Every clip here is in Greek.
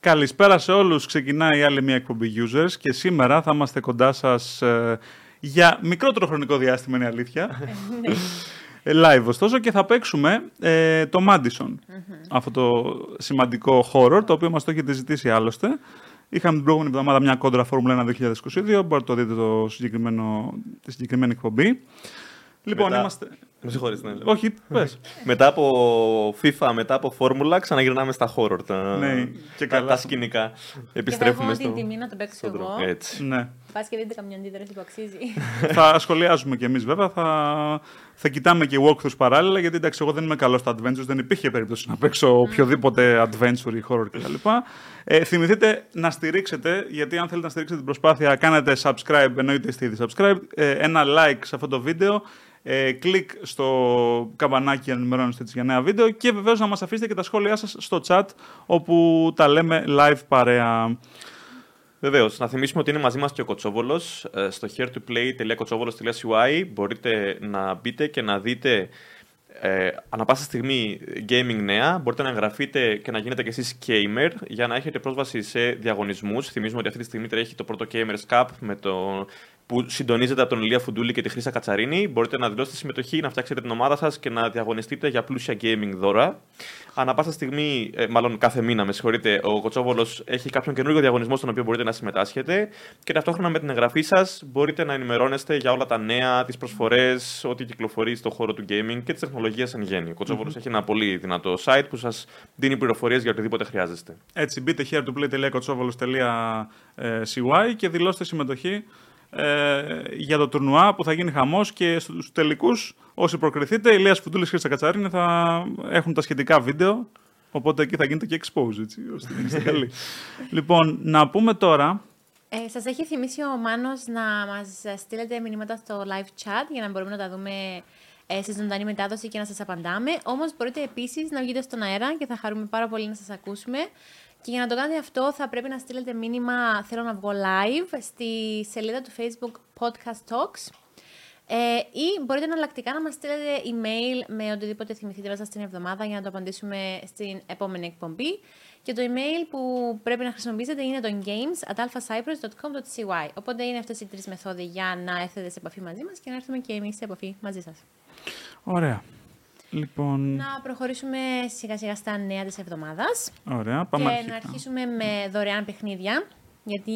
Καλησπέρα σε όλους. Ξεκινάει άλλη μια εκπομπή Users και σήμερα θα είμαστε κοντά σας ε, για μικρότερο χρονικό διάστημα, είναι η αλήθεια. Ε, Live ωστόσο και θα παίξουμε ε, το Madison. Αυτό το σημαντικό horror το οποίο μας το έχετε ζητήσει άλλωστε. Είχαμε την προηγούμενη εβδομάδα μια κόντρα Φόρμουλα 1 2022. Μπορείτε να το δείτε το συγκεκριμένο, τη συγκεκριμένη εκπομπή. Λοιπόν, Μετά- είμαστε. Με συγχωρείς, ναι. λέω. Όχι, πες. Μετά από FIFA, μετά από Φόρμουλα, ξαναγυρνάμε στα horror. Τα, Ναι, και τα, καλά. τα σκηνικά. Και θα έχω Επιστρέφουμε την στο. τιμή να τον παίξω στον εγώ. δρόμο. Έτσι. ναι. Πας και δείτε καμιά αντίδραση που αξίζει. θα σχολιάζουμε κι εμείς βέβαια. Θα, θα κοιτάμε και walkthroughs παράλληλα, γιατί εντάξει, εγώ δεν είμαι καλός στα adventures, δεν υπήρχε περίπτωση να παίξω οποιοδήποτε adventure ή horror κτλ. Ε, θυμηθείτε να στηρίξετε, γιατί αν θέλετε να στηρίξετε την προσπάθεια, κάνετε subscribe, εννοείται είστε ήδη subscribe, ε, ένα like σε αυτό το βίντεο, ε, κλικ στο καμπανάκι αν ενημερώνεστε έτσι για νέα βίντεο και βεβαίως να μας αφήσετε και τα σχόλιά σας στο chat όπου τα λέμε live παρέα. Βεβαίως, να θυμίσουμε ότι είναι μαζί μας και ο Κοτσόβολος στο heretoplay.kotsovolos.ui. Μπορείτε να μπείτε και να δείτε ε, ανα πάσα στιγμή gaming νέα. Μπορείτε να εγγραφείτε και να γίνετε κι εσείς gamer για να έχετε πρόσβαση σε διαγωνισμούς. Θυμίζουμε ότι αυτή τη στιγμή τρέχει το πρώτο Gamers Cup με το... που συντονίζεται από τον Ηλία Φουντούλη και τη Χρύσα Κατσαρίνη. Μπορείτε να δηλώσετε συμμετοχή, να φτιάξετε την ομάδα σας και να διαγωνιστείτε για πλούσια gaming δώρα. Ανά πάσα στιγμή, ε, μάλλον κάθε μήνα, με συγχωρείτε, ο Κοτσόβολος έχει κάποιον καινούργιο διαγωνισμό στον οποίο μπορείτε να συμμετάσχετε. Και ταυτόχρονα με την εγγραφή σας μπορείτε να ενημερώνεστε για όλα τα νέα, τις προσφορές, ό,τι κυκλοφορεί στον χώρο του gaming και τη τεχνολογία εν γέννη. Ο κοτσοβολο έχει ένα πολύ δυνατό site που σας δίνει πληροφορίες για οτιδήποτε χρειάζεστε. Έτσι, μπείτε here to play.kotsovolos.cy και δηλώστε συμμετοχή ε, για το τουρνουά που θα γίνει χαμός και στους τελικούς όσοι προκριθείτε, η Λέα Φουντούλης και η Χρύσα Κατσαρίνη θα έχουν τα σχετικά βίντεο οπότε εκεί θα γίνετε και expose, έτσι, ώστε να είστε καλοί. λοιπόν, να πούμε τώρα, ε, Σας έχει θυμίσει ο Μάνος να μας στείλετε μηνύματα στο live chat για να μπορούμε να τα δούμε ε, σε ζωντανή μετάδοση και να σας απαντάμε. Όμως μπορείτε επίσης να βγείτε στον αέρα και θα χαρούμε πάρα πολύ να σας ακούσουμε. Και για να το κάνετε αυτό, θα πρέπει να στείλετε μήνυμα Θέλω να βγω live στη σελίδα του Facebook Podcast Talks. Ε, ή μπορείτε εναλλακτικά να μας στείλετε email με οτιδήποτε θυμηθείτε μέσα στην εβδομάδα για να το απαντήσουμε στην επόμενη εκπομπή. Και το email που πρέπει να χρησιμοποιήσετε είναι το games.alphacyprus.com.cy. Οπότε είναι αυτές οι τρεις μεθόδοι για να έρθετε σε επαφή μαζί μας και να έρθουμε και εμείς σε επαφή μαζί σας. ωραία, λοιπόν, Να προχωρήσουμε σιγά σιγά στα νέα της εβδομάδας ωραία, πάμε και αρχικά. να αρχίσουμε με δωρεάν παιχνίδια, γιατί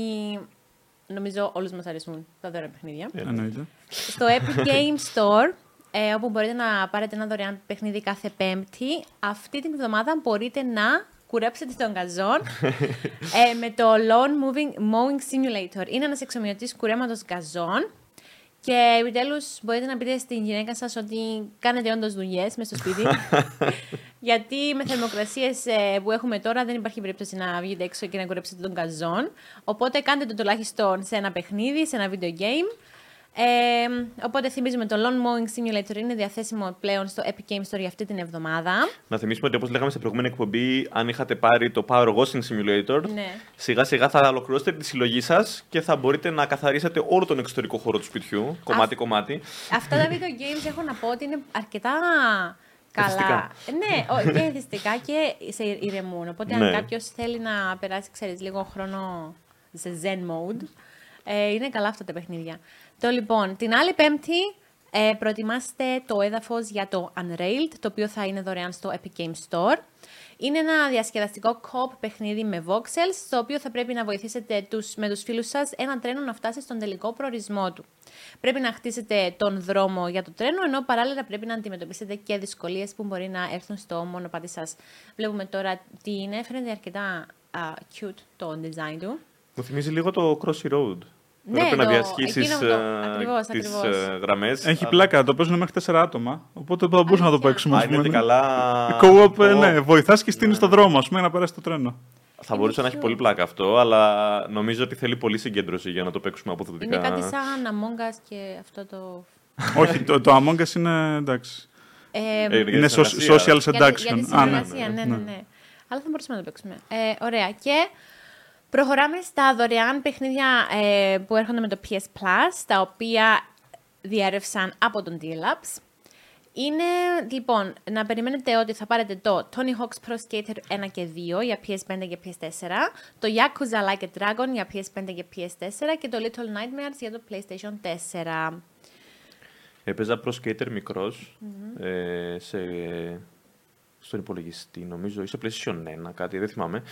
νομίζω όλους μας αρέσουν τα δωρεάν παιχνίδια. Εννοείται. στο Epic Game Store, ε, όπου μπορείτε να πάρετε ένα δωρεάν παιχνίδι κάθε Πέμπτη. Αυτή την εβδομάδα μπορείτε να κουρέψετε τον καζόν ε, με το Lawn Moving Mowing Simulator. Είναι ένας εξομοιωτής κουρέματος καζόν. Και επιτέλους μπορείτε να πείτε στην γυναίκα σας ότι κάνετε όντως δουλειές μες στο σπίτι. Γιατί με θερμοκρασίες που έχουμε τώρα δεν υπάρχει περίπτωση να βγείτε έξω και να κουρέψετε τον καζόν. Οπότε κάντε το τουλάχιστον σε ένα παιχνίδι, σε ένα video game. Ε, οπότε θυμίζουμε το Lawn Mowing Simulator είναι διαθέσιμο πλέον στο Epic Games Store για αυτή την εβδομάδα. Να θυμίσουμε ότι όπως λέγαμε σε προηγούμενη εκπομπή, αν είχατε πάρει το Power Washing Simulator, Ναι. σιγά σιγά θα ολοκληρώσετε τη συλλογή σας και θα μπορείτε να καθαρίσετε όλο τον εξωτερικό χώρο του σπιτιού, κομμάτι-κομμάτι. Αυτά τα video games έχω να πω ότι είναι αρκετά καλά. Εθιστικά. ναι, ο- και εθιστικά και σε ηρεμούν. Οπότε αν Ναι. κάποιος θέλει να περάσει, ξέρεις, λίγο χρόνο σε zen mode, ε, είναι καλά αυτά τα παιχνίδια. Το λοιπόν, την άλλη πέμπτη ε, προετοιμάστε το έδαφος για το Unrailed, το οποίο θα είναι δωρεάν στο Epic Games Store. Είναι ένα διασκεδαστικό κοπ παιχνίδι με voxels, στο οποίο θα πρέπει να βοηθήσετε τους, με τους φίλους σας ένα τρένο να φτάσει στον τελικό προορισμό του. Πρέπει να χτίσετε τον δρόμο για το τρένο, ενώ παράλληλα πρέπει να αντιμετωπίσετε και δυσκολίες που μπορεί να έρθουν στο μονοπάτι σας. Βλέπουμε τώρα τι είναι, φαίνεται αρκετά α, cute το design του. Μου θυμίζει λίγο το Crossy Road. Ναι, Πρέπει να ε, το- διασχίσεις εκείνο το- ακριβώς, τις ακριβώς. γραμμές. Έχει πλάκα, το παίζουν μέχρι τέσσερα άτομα, οπότε θα μπορούσαμε να το Αλήθεια. παίξουμε. Α, ας είναι πούμε, και ναι. καλά. Co-op, ε, co-op. ναι, βοηθάς και στείνεις το δρόμο, ας πούμε, για να περάσει το τρένο. Θα μπορούσε να έχει πιο- πολύ πλάκα αυτό, αλλά νομίζω ότι θέλει πολύ συγκέντρωση για να το παίξουμε αποδοτικά. Είναι κάτι σαν Among Us και αυτό το... Όχι, το, το Among Us είναι εντάξει. Ε, Ε, Είναι, για τη so- συνεργασία. social Για τη- seduction. Για τη Α, ναι. συνεργασία, ναι, ναι, ναι. Αλλά θα μπορούσαμε να το παίξουμε. Ε, ωραία. Και προχωράμε στα δωρεάν παιχνίδια ε, που έρχονται με το PS Plus, τα οποία διέρευσαν από τον D-Labs. Είναι, λοιπόν, να περιμένετε ότι θα πάρετε το Tony Hawk's Pro Skater 1 και 2 για PS5 και PS4, το Yakuza Like a Dragon για PS5 και PS4 και το Little Nightmares για το PlayStation 4. Έπαιζα pro skater μικρός, ε, σε, στον υπολογιστή νομίζω ή στο PlayStation 1 κάτι, δεν θυμάμαι.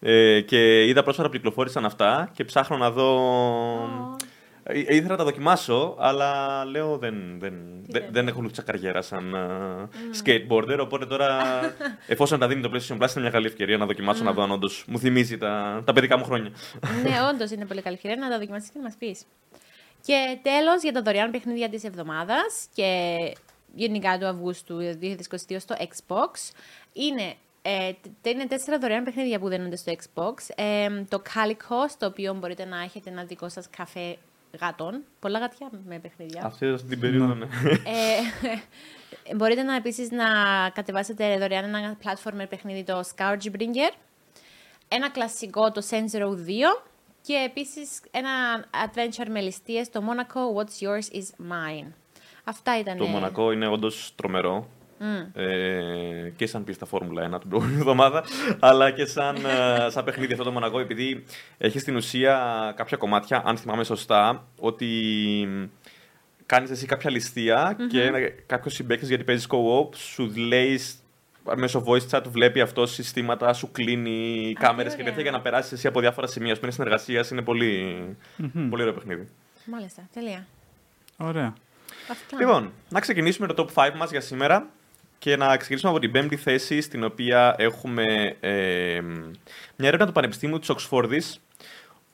Ε, και είδα πρόσφατα που κυκλοφόρησαν αυτά και ψάχνω να δω... Ε, ε, ήθελα να τα δοκιμάσω, αλλά λέω δεν, δεν, δεν, δεν. δεν έχω λούτσα καριέρα σαν α, skateboarder. Οπότε τώρα, εφόσον τα δίνει το PlayStation Plus, είναι μια καλή ευκαιρία να δοκιμάσω να δω αν όντως μου θυμίζει τα, τα παιδικά μου χρόνια. ναι, όντως είναι πολύ καλή ευκαιρία να τα δοκιμάσεις και να μας πεις. Και τέλος για τα δωρεάν παιχνίδια της εβδομάδας και γενικά του Αυγούστου 2022 στο Xbox είναι. Ε, τε- είναι τέσσερα δωρεάν παιχνίδια που δίνονται στο Xbox. Ε, το Calico, στο οποίο μπορείτε να έχετε ένα δικό σας καφέ γατών. Πολλά γατιά με παιχνίδια. Αυτή αυτή την περίοδο, ναι. Ε, μπορείτε να επίσης να κατεβάσετε δωρεάν ένα platformer παιχνίδι το Scourgebringer, ένα κλασικό το Saints Row 2 και επίσης ένα adventure με ληστείες το Monaco What's Yours Is Mine. Αυτά ήταν. Το Μονακό είναι όντως τρομερό. Ε, και σαν πίστα Φόρμουλα 1 την προηγούμενη εβδομάδα, αλλά και σαν, ε, σαν παιχνίδι αυτό το Μονακό, επειδή έχει στην ουσία κάποια κομμάτια, αν θυμάμαι σωστά, ότι κάνεις εσύ κάποια ληστεία και κάποιο συμπέκτη γιατί παίζεις co-op σου λέει σ- μέσω voice chat βλέπει αυτό συστήματα, σου κλείνει τι κάμερες και ωραία. τέτοια για να περάσεις εσύ από διάφορα σημεία. Σου είναι συνεργασίας, είναι πολύ, πολύ ωραίο παιχνίδι. Μάλιστα, τελεία. Ωραία. Αυτά. Λοιπόν, να ξεκινήσουμε το top 5 μας για σήμερα και να ξεκινήσουμε από την πέμπτη θέση στην οποία έχουμε ε, μια έρευνα του Πανεπιστήμιου της Οξφόρδης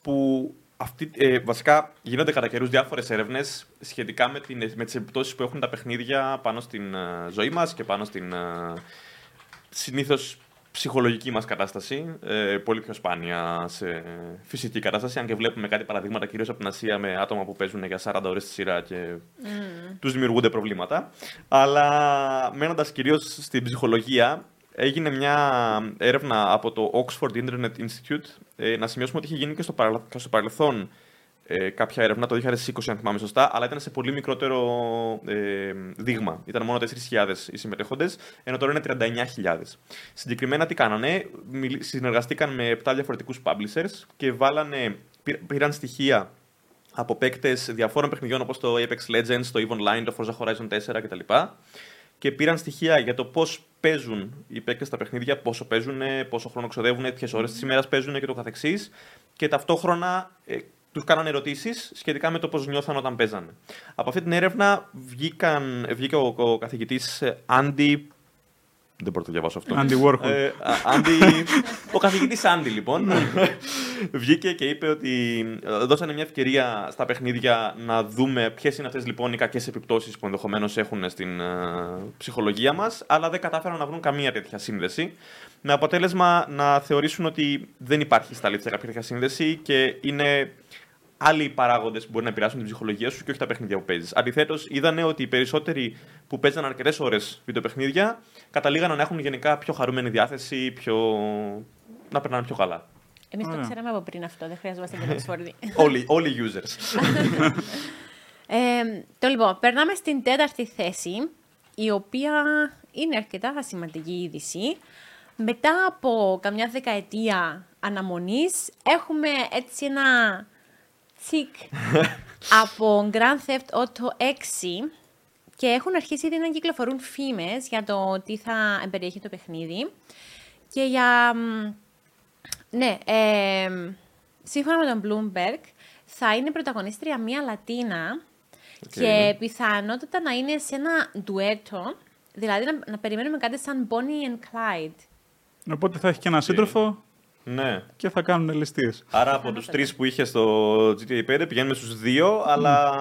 που αυτή, ε, βασικά γίνονται κατά καιρούς διάφορες έρευνες σχετικά με, την, με τις επιπτώσεις που έχουν τα παιχνίδια πάνω στην ε, ζωή μας και πάνω στην ε, συνήθως ψυχολογική μας κατάσταση, ε, πολύ πιο σπάνια σε φυσική κατάσταση, αν και βλέπουμε κάτι παραδείγματα κυρίως από την Ασία με άτομα που παίζουν για 40 ώρες στη σειρά και τους δημιουργούνται προβλήματα. Αλλά μένοντας κυρίως στην ψυχολογία, έγινε μια έρευνα από το Oxford Internet Institute. Ε, να σημειώσουμε ότι είχε γίνει και στο, παρα- και στο παρελθόν ε, κάποια έρευνα, το 2020 αν θυμάμαι σωστά, αλλά ήταν σε πολύ μικρότερο ε, δείγμα. Ήταν μόνο 4.000 οι συμμετέχοντες, ενώ τώρα είναι 39.000. Συγκεκριμένα τι κάνανε, μιλ- συνεργαστήκαν με 7 διαφορετικούς publishers και βάλανε, πή- πήραν στοιχεία από παίκτες διαφόρων παιχνιδιών όπως το Apex Legends, το EVE Online, το Forza Horizon 4 κτλ. Και πήραν στοιχεία για το πώς παίζουν οι παίκτες τα παιχνίδια, πόσο παίζουν, πόσο χρόνο ξοδεύουν, ποιες ώρες της ημέρας παίζουν και το καθεξής. Και ταυτόχρονα ε, τους κάνανε ερωτήσεις σχετικά με το πώς νιώθαν όταν παίζανε. Από αυτή την έρευνα βγήκαν, βγήκε ο, ο καθηγητής Άντι. Δεν μπορώ να το διαβάσω αυτό. Andy Warhol. Ε, α- Andy- ο καθηγητής Άντι, λοιπόν, βγήκε και είπε ότι ε, δώσανε μια ευκαιρία στα παιχνίδια να δούμε ποιες είναι αυτές λοιπόν οι κακές επιπτώσεις που ενδεχομένως έχουν στην ε, ψυχολογία μας, αλλά δεν κατάφεραν να βρουν καμία τέτοια σύνδεση. Με αποτέλεσμα να θεωρήσουν ότι δεν υπάρχει στα αλήθεια κάποια τέτοια σύνδεση και είναι άλλοι παράγοντες που μπορεί να επηρεάσουν την ψυχολογία σου και όχι τα παιχνίδια που παίζεις. Αντιθέτως, είδανε ότι οι περισσότεροι που παίζαν αρκετές ώρες βιντεοπαιχνίδια καταλήγαν να έχουν γενικά πιο χαρούμενη διάθεση, πιο... να περνάνε πιο καλά. Εμείς το Ωραία. ξέραμε από πριν αυτό, δεν χρειαζόμαστε την Oxford. όλοι, όλοι οι users. Ε, το λοιπόν, περνάμε στην τέταρτη θέση, η οποία είναι αρκετά σημαντική είδηση. Μετά από καμιά δεκαετία αναμονής, έχουμε έτσι ένα τσικ από Grand Theft Auto 6 και έχουν αρχίσει ήδη να κυκλοφορούν φήμες για το τι θα περιέχει το παιχνίδι και για μ, ναι, ε, σύμφωνα με τον Bloomberg, θα είναι πρωταγωνίστρια μία Λατίνα Οκ. και πιθανότατα να είναι σε ένα ντουέτο, δηλαδή να, να περιμένουμε κάτι σαν Bonnie and Clyde. Οπότε θα έχει και ένα σύντροφο ναι. και θα κάνουν ληστείες. Άρα από του τρεις που είχε στο GTA 5 πηγαίνουμε στους δύο, αλλά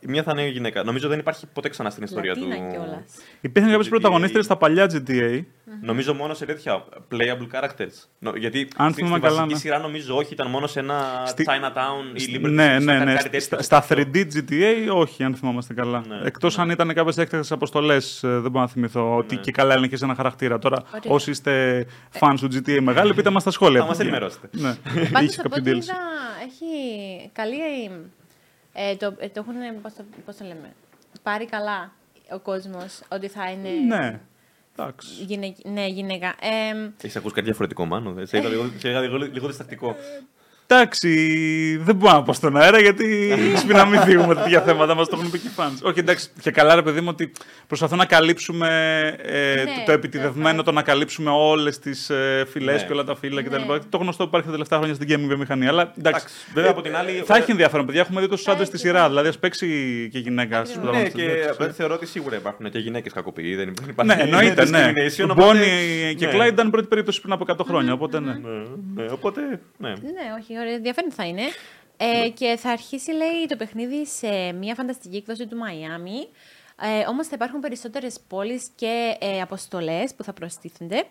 η μία θα είναι γυναίκα. Νομίζω δεν υπάρχει ποτέ ξανά στην ιστορία Λατίνα του. κιόλας. Υπήρχαν κάποιες GTA. πρωταγωνίστρες στα παλιά GTA. Νομίζω μόνο σε τέτοια playable characters. Νο- Γιατί Αν στη- στη, θυμάμαι καλά, βασική ναι. σειρά νομίζω όχι, ήταν μόνο σε ένα Στη- Chinatown ή Liberty. ναι, City, ναι, κάτι- ναι. κάτι Στα, τέτοιο. στα 3D GTA, όχι, αν θυμόμαστε καλά. Ναι, Ναι. Εκτό αν ήταν κάποιες έκτακτε αποστολές, ε, δεν μπορώ να θυμηθώ ότι και καλά έλεγε ένα χαρακτήρα. Τώρα, Ωραία. όσοι είστε fans του GTA μεγάλοι, πείτε μας στα σχόλια. Θα μας ενημερώσετε. Ναι. Πάντως Είχε από κάποιο ό,τι DLC. είδα, έχει καλή... ε, το, ε, το έχουν, πώς το, πώς το λέμε, πάρει καλά. ο κόσμος ότι θα είναι. Ναι. Εντάξει. γυναικ- ναι, γυναίκα. Ε, Έχεις ακούσει κάτι διαφορετικό, μάλλον. Σε είδα λίγο, σε είδα λίγο, λίγο διστακτικό. Εντάξει, δεν μπορώ να πω στον αέρα γιατί πρέπει να μην δίνουμε τέτοια θέματα, μας το έχουν πει και οι fans. Όχι, εντάξει, και καλά, ρε παιδί μου, ότι προσπαθώ να καλύψουμε ε, Ναι, το- το επιτιδευμένο, το- το να καλύψουμε όλες τις ε, φυλές Ναι. και όλα τα φύλλα Ναι. κτλ. Το γνωστό που υπάρχει τα τελευταία χρόνια στην gaming βιομηχανία. Αλλά εντάξει. Εντάξει, βέβαια, ε, από την άλλη- Θα έχει ενδιαφέρον, παιδιά. Έχουμε δει τόσους Θα άντρες έχει. στη σειρά. Δηλαδή, ας παίξει και γυναίκα στους Ακριβώς. Ναι, και θεωρώ ότι σίγουρα υπάρχουν και γυναίκες κακοποιοί. Δεν υπάρχει Ναι, εννοείται, ναι. discrimination, οπότε- Μπόνι και Ναι. Κλάιντ ήταν πρώτη περίπτωση πριν από 100 χρόνια. Οπότε, ναι. Ναι, ναι, οπότε. Ναι. ναι, όχι, ωραία, ενδιαφέρον θα είναι. Ναι. Ε, και θα αρχίσει, λέει, το παιχνίδι σε μια φανταστική εκδόση του Μαϊάμι. Ε, Όμως θα υπάρχουν περισσότερες πόλεις και ε, αποστολές που θα προστίθενται.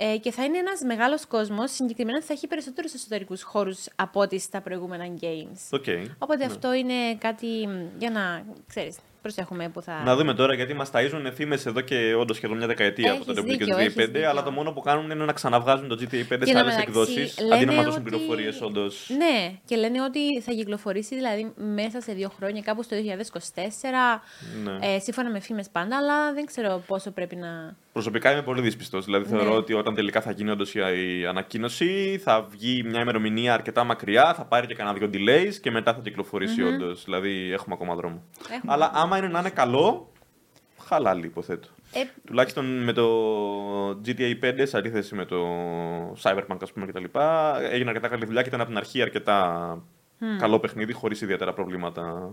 Ε, και θα είναι ένας μεγάλος κόσμος. Συγκεκριμένα θα έχει περισσότερους εσωτερικούς χώρους από ό,τι στα προηγούμενα games. Οκ. Οπότε Ναι. αυτό είναι κάτι μ, για να ξέρεις. Προσέχουμε που θα. Να δούμε τώρα γιατί μας ταΐζουν φήμες εδώ και όντως σχεδόν μια δεκαετία από Έχεις τότε που βγήκε το δίκιο, έχεις GTA 5. δίκιο. Αλλά το μόνο που κάνουν είναι να ξαναβγάζουν το GTA 5 Και σε εν τω άλλες μεταξύ εκδόσεις. λένε Αντί να μα δώσουν ότι- πληροφορίες, όντως. Ναι, και λένε ότι θα κυκλοφορήσει δηλαδή μέσα σε δύο χρόνια, κάπου στο 2024. Ναι. Ε, σύμφωνα με φήμες πάντα, αλλά δεν ξέρω πόσο πρέπει να. Προσωπικά είμαι πολύ δύσπιστος. Δηλαδή θεωρώ Ναι. ότι όταν τελικά θα γίνει όντως η ανακοίνωση, θα βγει μια ημερομηνία αρκετά μακριά, θα πάρει και κανένα δύο delays και μετά θα κυκλοφορήσει όντως. Δηλαδή έχουμε ακόμα δρόμο. Έχουμε. Αλλά άμα είναι να είναι καλό, χαλάλι υποθέτω. Ε, Τουλάχιστον με το GTA 5, σε αντίθεση με το Cyberpunk, ας πούμε, κτλ. Έγινε αρκετά καλή δουλειά και ήταν από την αρχή αρκετά καλό παιχνίδι, χωρίς ιδιαίτερα προβλήματα.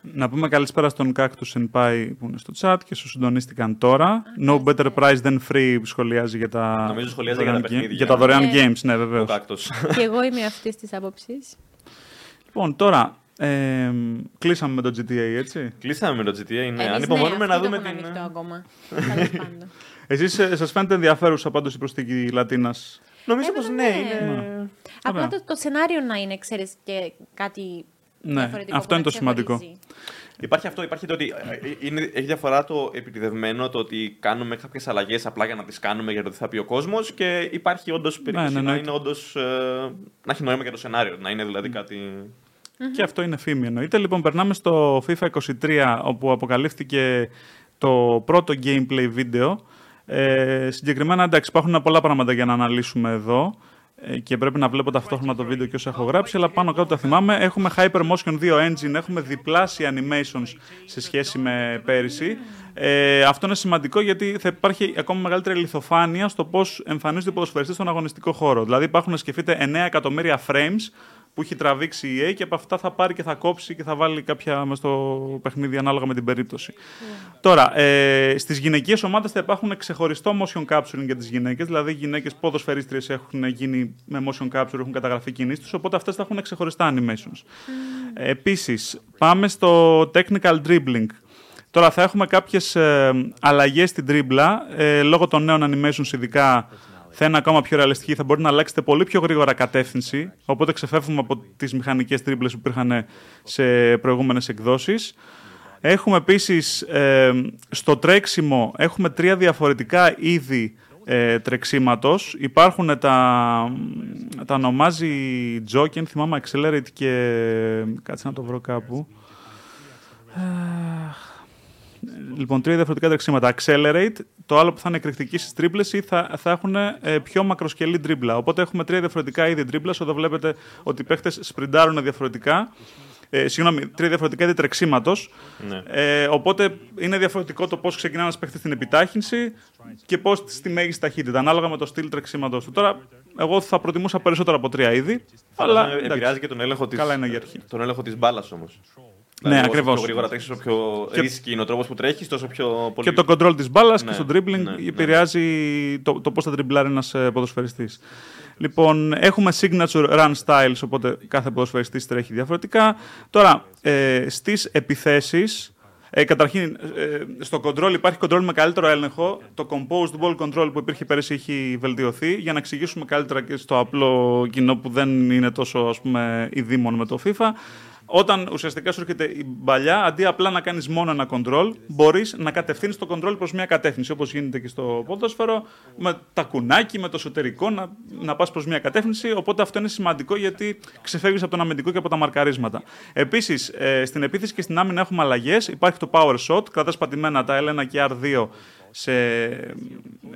Να πούμε καλησπέρα στον Κάκτου Senpai που είναι στο chat και σου συντονίστηκαν τώρα. No better price than free που σχολιάζει για τα. Νομίζω σχολιάζει δωρεάν για games- τα παιχνίδια. Για τα δωρεάν Ναι. games, ναι, βεβαίως. Ο κάκτος. και εγώ είμαι αυτής της άποψης. Λοιπόν, τώρα ε, κλείσαμε με το GTA, έτσι. Κλείσαμε με το GTA, Ε, ναι. Ανυπομονούμε να δούμε την... ανοιχτό ακόμα. Τέλος πάντων. Εσείς σα ε, φαίνεται ενδιαφέρουσα πάντως η προσθήκη Λατίνας. Νομίζω Ε, πως βέβαια, ναι, ναι. είναι... Απλά Ωραία. το, το σενάριο να είναι, ξέρεις, και κάτι. Ναι, διαφορετικό αυτό που είναι να το σημαντικό. ξεχωρίζει. Υπάρχει αυτό, υπάρχει το ότι ε, ε, είναι, έχει διαφορά το επιτιδευμένο, το ότι κάνουμε κάποιες αλλαγές απλά για να τις κάνουμε για το τι θα πει ο κόσμος και υπάρχει όντως περίπτωση ναι, να, εννοείται. είναι όντως, ε, να έχει νόημα για το σενάριο, να είναι δηλαδή κάτι. Και αυτό είναι φήμη εννοείται. Λοιπόν, περνάμε στο FIFA 23, όπου αποκαλύφθηκε το πρώτο gameplay βίντεο. Ε, συγκεκριμένα, εντάξει, υπάρχουν πολλά πράγματα για να αναλύσουμε εδώ ε, και πρέπει να βλέπω ταυτόχρονα το βίντεο και όσα έχω γράψει, αλλά πάνω κάτω τα θυμάμαι. Έχουμε Hypermotion 2 Engine, έχουμε διπλάσια animations σε σχέση με πέρυσι. Ε, αυτό είναι σημαντικό γιατί θα υπάρχει ακόμα μεγαλύτερη λιθοφάνεια στο πώς εμφανίζονται οι ποδοσφαιριστές στον αγωνιστικό χώρο. Δηλαδή, υπάρχουν, σκεφτείτε, 9 εκατομμύρια frames που έχει τραβήξει η EA και από αυτά θα πάρει και θα κόψει και θα βάλει κάποια μες στο παιχνίδι ανάλογα με την περίπτωση. Τώρα, ε, στις γυναικείες ομάδες θα υπάρχουν ξεχωριστό motion capturing για τις γυναίκες. Δηλαδή, οι γυναίκες ποδοσφαιρίστριες έχουν γίνει με motion capture, έχουν καταγραφεί κινήσεις τους, οπότε αυτές θα έχουν ξεχωριστά animations. Επίσης, πάμε στο technical dribbling. Τώρα θα έχουμε κάποιες ε, αλλαγές στην τρίμπλα. Ε, λόγω των νέων animations ειδικά θα είναι ακόμα πιο ρεαλιστική. Θα μπορεί να αλλάξετε πολύ πιο γρήγορα κατεύθυνση. Οπότε ξεφεύγουμε από τις μηχανικές τρίμπλες που υπήρχαν σε προηγούμενες εκδόσεις. Έχουμε επίσης ε, στο τρέξιμο έχουμε τρία διαφορετικά είδη ε, τρεξίματος. Υπάρχουν τα, τα ονομάζει Jokin, θυμάμαι Accelerate και κάτσε να το βρω κάπου. Ε, Λοιπόν, τρία διαφορετικά τρεξίματα. Accelerate, το άλλο που θα είναι εκρηκτική στις τρίπλες ή θα, θα έχουν ε, πιο μακροσκελή τρίπλα. Οπότε έχουμε τρία διαφορετικά είδη τρίπλας. Εδώ βλέπετε ότι οι παίχτες σπριντάρουν διαφορετικά. Ε, συγγνώμη, τρία διαφορετικά είδη τρεξίματος. Ναι. Ε, οπότε είναι διαφορετικό το πώς ξεκινά ένας παίχτης στην επιτάχυνση και πώς στη μέγιστη ταχύτητα, ανάλογα με το στυλ τρεξίματος του. Τώρα, εγώ θα προτιμούσα περισσότερα από τρία είδη. Αλλά Αλλά επηρεάζει και τον έλεγχο της, Καλά είναι για αρχή. τον έλεγχο της μπάλας όμως. Ναι, Δηλαδή, όσο ακριβώς. πιο γρήγορα τρέχεις, όσο πιο Και- ρίσκι είναι ο τρόπος που τρέχεις, τόσο πιο πολύ... Και το control της μπάλας Ναι, και στο dribbling ναι, ναι. επηρεάζει το, το πώς θα τριμπλάρει ένας ποδοσφαιριστής. Λοιπόν, έχουμε signature run styles, οπότε κάθε ποδοσφαιριστής τρέχει διαφορετικά. Τώρα, ε, στις επιθέσεις. Ε, καταρχήν, ε, στο control υπάρχει control με καλύτερο έλεγχο. Το composed ball control που υπήρχε πέρυσι έχει βελτιωθεί για να εξηγήσουμε καλύτερα και στο απλό κοινό που δεν είναι τόσο ας πούμε ειδήμων με το FIFA. Όταν ουσιαστικά σου έρχεται η μπαλιά, αντί απλά να κάνεις μόνο ένα control, μπορείς να κατευθύνεις το control προς μια κατεύθυνση. Όπως γίνεται και στο ποδόσφαιρο, με τα κουνάκι, με το εσωτερικό, να, να πας προς μια κατεύθυνση. Οπότε αυτό είναι σημαντικό γιατί ξεφεύγεις από τον αμυντικό και από τα μαρκαρίσματα. Επίσης, ε, στην επίθεση και στην άμυνα έχουμε αλλαγές. Υπάρχει το power shot, κρατάς πατημένα τα L1 και R2 σε,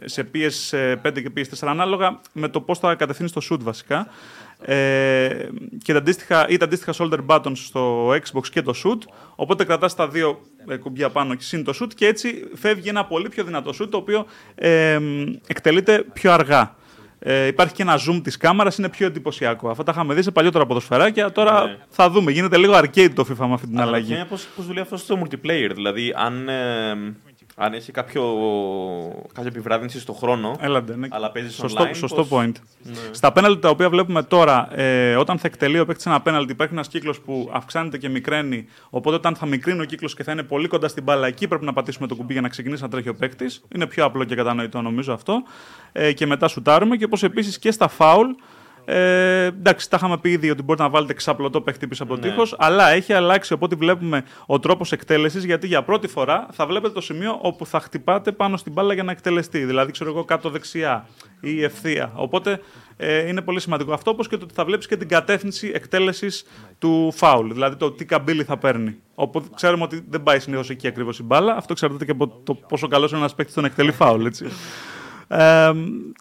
σε PS5 και PS4 ανάλογα με το πώς θα κατευθύνεις το shoot βασικά. Ε, και τα αντίστοιχα, ή τα αντίστοιχα shoulder buttons στο Xbox και το shoot. Οπότε κρατάς τα δύο ε, κουμπιά πάνω και συν το shoot και έτσι φεύγει ένα πολύ πιο δυνατό shoot το οποίο ε, εκτελείται πιο αργά. Ε, υπάρχει και ένα zoom της κάμερα, είναι πιο εντυπωσιακό. Αυτά τα είχαμε δει σε παλιότερα ποδοσφαιράκια. Τώρα Ναι. θα δούμε. Γίνεται λίγο arcade το FIFA με αυτή την αλλαγή. Πώ ναι, δουλεύει αυτό στο multiplayer, δηλαδή αν, ε, αν έχει κάποιο, κάποια επιβράδυνση στο χρόνο. Έλαντε, ναι. Αλλά παίζεις σωστό, online, σωστό πώς- Ναι. point. Στα πέναλτι τα οποία βλέπουμε τώρα, ε, όταν θα εκτελεί ο παίκτης ένα πέναλτι, υπάρχει ένας κύκλος που αυξάνεται και μικραίνει. Οπότε όταν θα μικρύνει ο κύκλος και θα είναι πολύ κοντά στην μπάλα, εκεί πρέπει να πατήσουμε το κουμπί για να ξεκινήσει να τρέχει ο παίκτης. Είναι πιο απλό και κατανοητό νομίζω αυτό. Ε, και μετά σουτάρουμε. Και όπω επίσης και στα φάουλ. Ε, εντάξει, τα είχαμε πει ήδη ότι μπορείτε να βάλετε ξαπλωτό παίχτη πίσω από τον Ναι. τοίχο, αλλά έχει αλλάξει από ό,τι βλέπουμε ο τρόπος εκτέλεσης, γιατί για πρώτη φορά θα βλέπετε το σημείο όπου θα χτυπάτε πάνω στην μπάλα για να εκτελεστεί. Δηλαδή, ξέρω εγώ, κάτω δεξιά ή ευθεία. Οπότε ε, είναι πολύ σημαντικό αυτό, όπως και το ότι θα βλέπεις και την κατεύθυνση εκτέλεσης του φάουλ. Δηλαδή, το τι καμπύλη θα παίρνει. Οπότε ξέρουμε ότι δεν πάει συνήθως εκεί ακριβώς η μπάλα. Αυτό εξαρτάται και από το πόσο καλός είναι ένας παίκτης στον εκτελεί φάουλ, έτσι. Ε,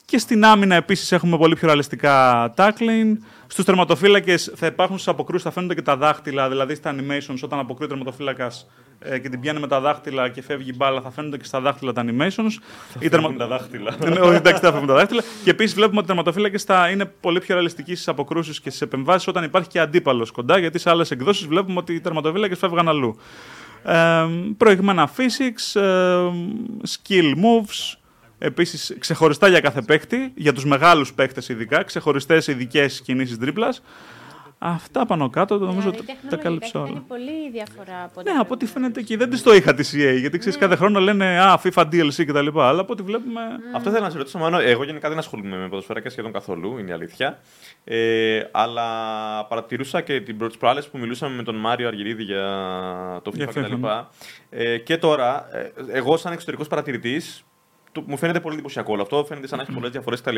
και στην άμυνα επίσης έχουμε πολύ πιο ρεαλιστικά tackling. Στους τερματοφύλακες θα υπάρχουν στι αποκρούσεις, θα φαίνονται και τα δάχτυλα, δηλαδή στα animations όταν αποκρούει ο τερματοφύλακας ε, και την πιάνει με τα δάχτυλα και φεύγει η μπάλα, θα φαίνονται και στα δάχτυλα τα animations. Οι τερμα- τα δάχτυλα. ναι, όχι, εντάξει, τα φεύγουν τα δάχτυλα. Και επίσης βλέπουμε ότι οι τερματοφύλακες θα είναι πολύ πιο ρεαλιστικοί στις αποκρούσεις και στις επεμβάσεις όταν υπάρχει και αντίπαλος κοντά, γιατί σε άλλες εκδόσεις βλέπουμε ότι οι τερματοφύλακες φεύγαν αλλού. Ε, προηγμένα physics, ε, skill moves, επίσης ξεχωριστά για κάθε παίκτη, για τους μεγάλους παίκτες ειδικά, ξεχωριστές ειδικές κινήσεις τρίπλας. Αυτά πάνω κάτω, το νομίζω Δηλαδή, τα- τα τεχνολογικά έχει κάλυψα όλα. κάνει πολύ διαφορά από Ναι, τα από ό,τι προηγούμενα. φαίνεται και δεν της το είχα της EA, γιατί ξέρεις Ναι. κάθε χρόνο λένε Α, FIFA DLC κτλ. Αλλά από ό,τι βλέπουμε. Αυτό ήθελα να σε ρωτήσω, μάλλον. Εγώ γενικά δεν ασχολούμαι με ποδοσφαιράκια σχεδόν καθόλου, είναι η αλήθεια. Ε, αλλά παρατηρούσα και την πρώτη προάλλες που μιλούσαμε με τον Μάριο Αργυρίδη για το Για FIFA κτλ. FIFA, ναι. Ε, και τώρα, ε, εγώ σαν εξωτερικός παρατηρητής, μου φαίνεται πολύ εντυπωσιακό όλο αυτό. Φαίνεται σαν να έχει πολλές διαφορές κτλ.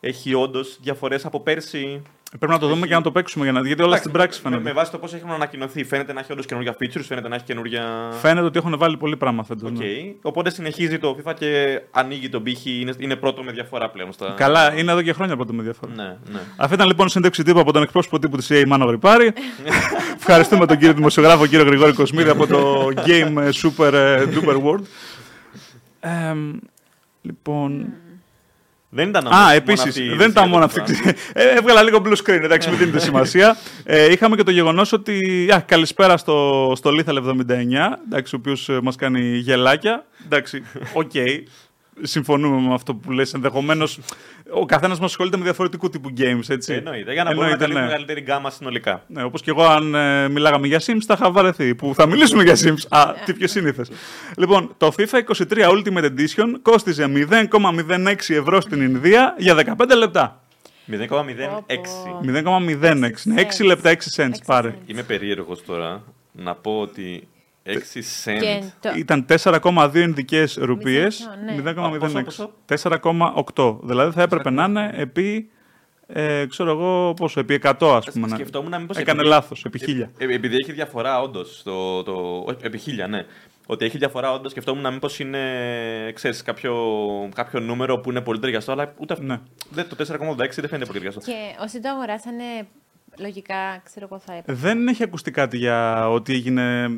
Έχει όντως διαφορές από πέρσι. Πρέπει να το δούμε και να το παίξουμε, για να... γιατί όλα στην πράξη με, με φαίνονται. βάση το πώς έχουν ανακοινωθεί, φαίνεται να έχει όντως καινούργια features, φαίνεται να έχει καινούργια. Φαίνεται ναι. ότι έχουν βάλει πολύ πράγμα φέτος. ναι. Okay. Οπότε συνεχίζει το FIFA και ανοίγει τον πύχη. Είναι, είναι πρώτο με διαφορά πλέον. Στα... Καλά, είναι εδώ και χρόνια πρώτο με διαφορά. Ναι, ναι. Αυτή ήταν λοιπόν η συνέντευξη τύπου από τον εκπρόσωπο τύπου της EA, Μάνο Γρυπάρη. Ευχαριστούμε τον κύριο δημοσιογράφο, κύριο Γρηγόρη Κοσμίδη από το Game Super ε, Duper World. Ε, λοιπόν. Δεν ήταν όμως Α, μόνο αυτή η επίση. Δεν είδηση ήταν για μόνο το αυτή. Trump. Ε, Έβγαλα λίγο blue screen, εντάξει, μην δίνετε σημασία. Ε, είχαμε και το γεγονός ότι. Α, καλησπέρα στο, στο Lethal 79, εντάξει, ο οποίος μας κάνει γελάκια. Εντάξει, οκ. Συμφωνούμε με αυτό που λες. Ενδεχομένως ο καθένας μας ασχολείται με διαφορετικού τύπου games, έτσι. Εννοείται, για να μπορούμε να Εννοείται, καλύψουμε ναι. μεγαλύτερη γκάμα συνολικά. Ναι, όπως και εγώ, αν ε, μιλάγαμε για Sims, θα είχα βαρεθεί. Που θα μιλήσουμε για Sims. Α, Ναι. τι πιο σύνηθες. λοιπόν, το FIFA 23 Ultimate Edition κόστιζε 0,06 ευρώ στην Ινδία για 15 λεπτά. 0,06. 0,06. Ναι, 6 λεπτά 6 cents Έξι πάρε. cents. Είμαι περίεργος τώρα να πω ότι 6 cents. Και το- Ήταν 4,2 Ινδικές ρουπίες. ναι. 0,06. Πόσο, 4,8. Δηλαδή θα έπρεπε να είναι επί. Ε, ξέρω εγώ πόσο, επί 100 ας πούμε. να- Σκεφτόμουν να μήπως... Έκανε επειδή- λάθος, επί 1000. Ε, επειδή έχει διαφορά όντως. Το, το... όχι, Επί χίλια, ναι. Ότι έχει διαφορά όντως. Σκεφτόμουν να μήπως είναι ξέρεις, κάποιο, κάποιο νούμερο που είναι πολύ ταιριαστό, αλλά ούτε αυτό. Ναι. Δεν, το 4,86 δεν φαίνεται πολύ ταιριαστό. Και όσοι το αγοράσανε, λογικά ξέρω εγώ θα έπρεπε. Δεν έχει ακουστεί κάτι για ότι έγινε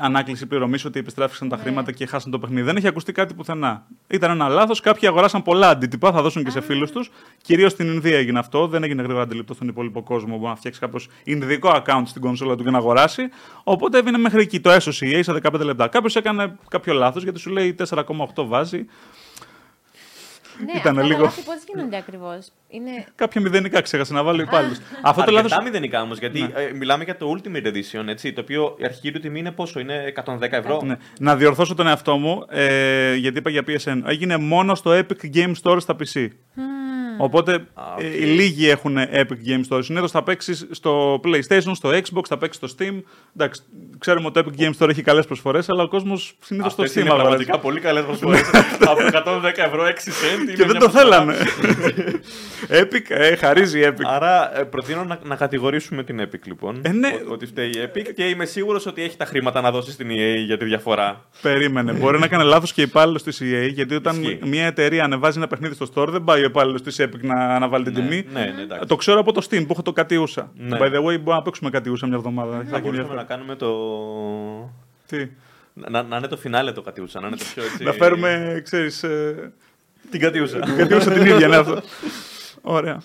ανάκληση πληρωμής, ότι επιστράφησαν τα Ναι. χρήματα και χάσαν το παιχνίδι. Δεν έχει ακουστεί κάτι πουθενά. Ήταν ένα λάθος. Κάποιοι αγοράσαν πολλά αντίτυπα, θα δώσουν και σε φίλους τους. Κυρίως στην Ινδία έγινε αυτό. Δεν έγινε γρήγορα αντιληπτό στον υπόλοιπο κόσμο. Μπορεί να φτιάξει κάποιο Ινδικό account στην κονσόλα του και να αγοράσει. Οπότε έβγαινε μέχρι εκεί. Το έσωσε η EA σε 15 λεπτά. Κάποιος έκανε κάποιο λάθος γιατί σου λέει 4,8 βάζει. Ναι, Ήτανε αυτά τα λίγο. λάθη πώς γίνονται ακριβώς. Είναι... Κάποια μηδενικά ξέχασε να βάλει ο υπάλληλο. Αυτό το Αρκετά λάθος. μηδενικά όμως, γιατί Ναι. ε, μιλάμε για το Ultimate Edition, έτσι, το οποίο η αρχική του τιμή είναι πόσο, είναι 110 ευρώ. Ναι. Να διορθώσω τον εαυτό μου, ε, γιατί είπα για PSN. Έγινε μόνο στο Epic Game Store στα PC. Οπότε Α, ε, οκ. οι λίγοι έχουν Epic Games Store. Συνήθως θα παίξεις στο PlayStation, στο Xbox, θα παίξεις στο Steam. Εντάξει, ξέρουμε ότι το Epic Games Store έχει καλές προσφορές, αλλά ο κόσμος συνήθως στο Αυτές Steam είναι αγοράζει. πραγματικά πολύ καλές προσφορές. Από 110 ευρώ 6 cent. είναι Και δεν μια το προσφορά. θέλανε. Epic, ε, χαρίζει η Epic. Άρα ε, προτείνω να, να κατηγορήσουμε την Epic λοιπόν. Ε, ναι. Ότι- ότι φταίει η Epic και είμαι σίγουρος ότι έχει τα χρήματα να δώσει στην EA για τη διαφορά. Περίμενε. Μπορεί να έκανε λάθος και υπάλληλος της EA, γιατί όταν Ισχύει. μια εταιρεία ανεβάζει ένα παιχνίδι στο store, δεν πάει ο υπάλληλος της Epic να αναβάλει την Ναι, τιμή. ναι, ναι, εντάξει. το ξέρω από το Steam που έχω το κατιούσα. Ναι. By the way, μπορούμε να παίξουμε κατιούσα μια εβδομάδα. Θα Θα μπορούσαμε κυνηγευτώ. να κάνουμε το... Τι. Να, να- να είναι το φινάλε το κατιούσα, να είναι το πιο έτσι... Να φέρουμε, ξέρεις, ε, Την κατιούσα. την κατιούσα την ίδια, ναι αυτό. Ωραία.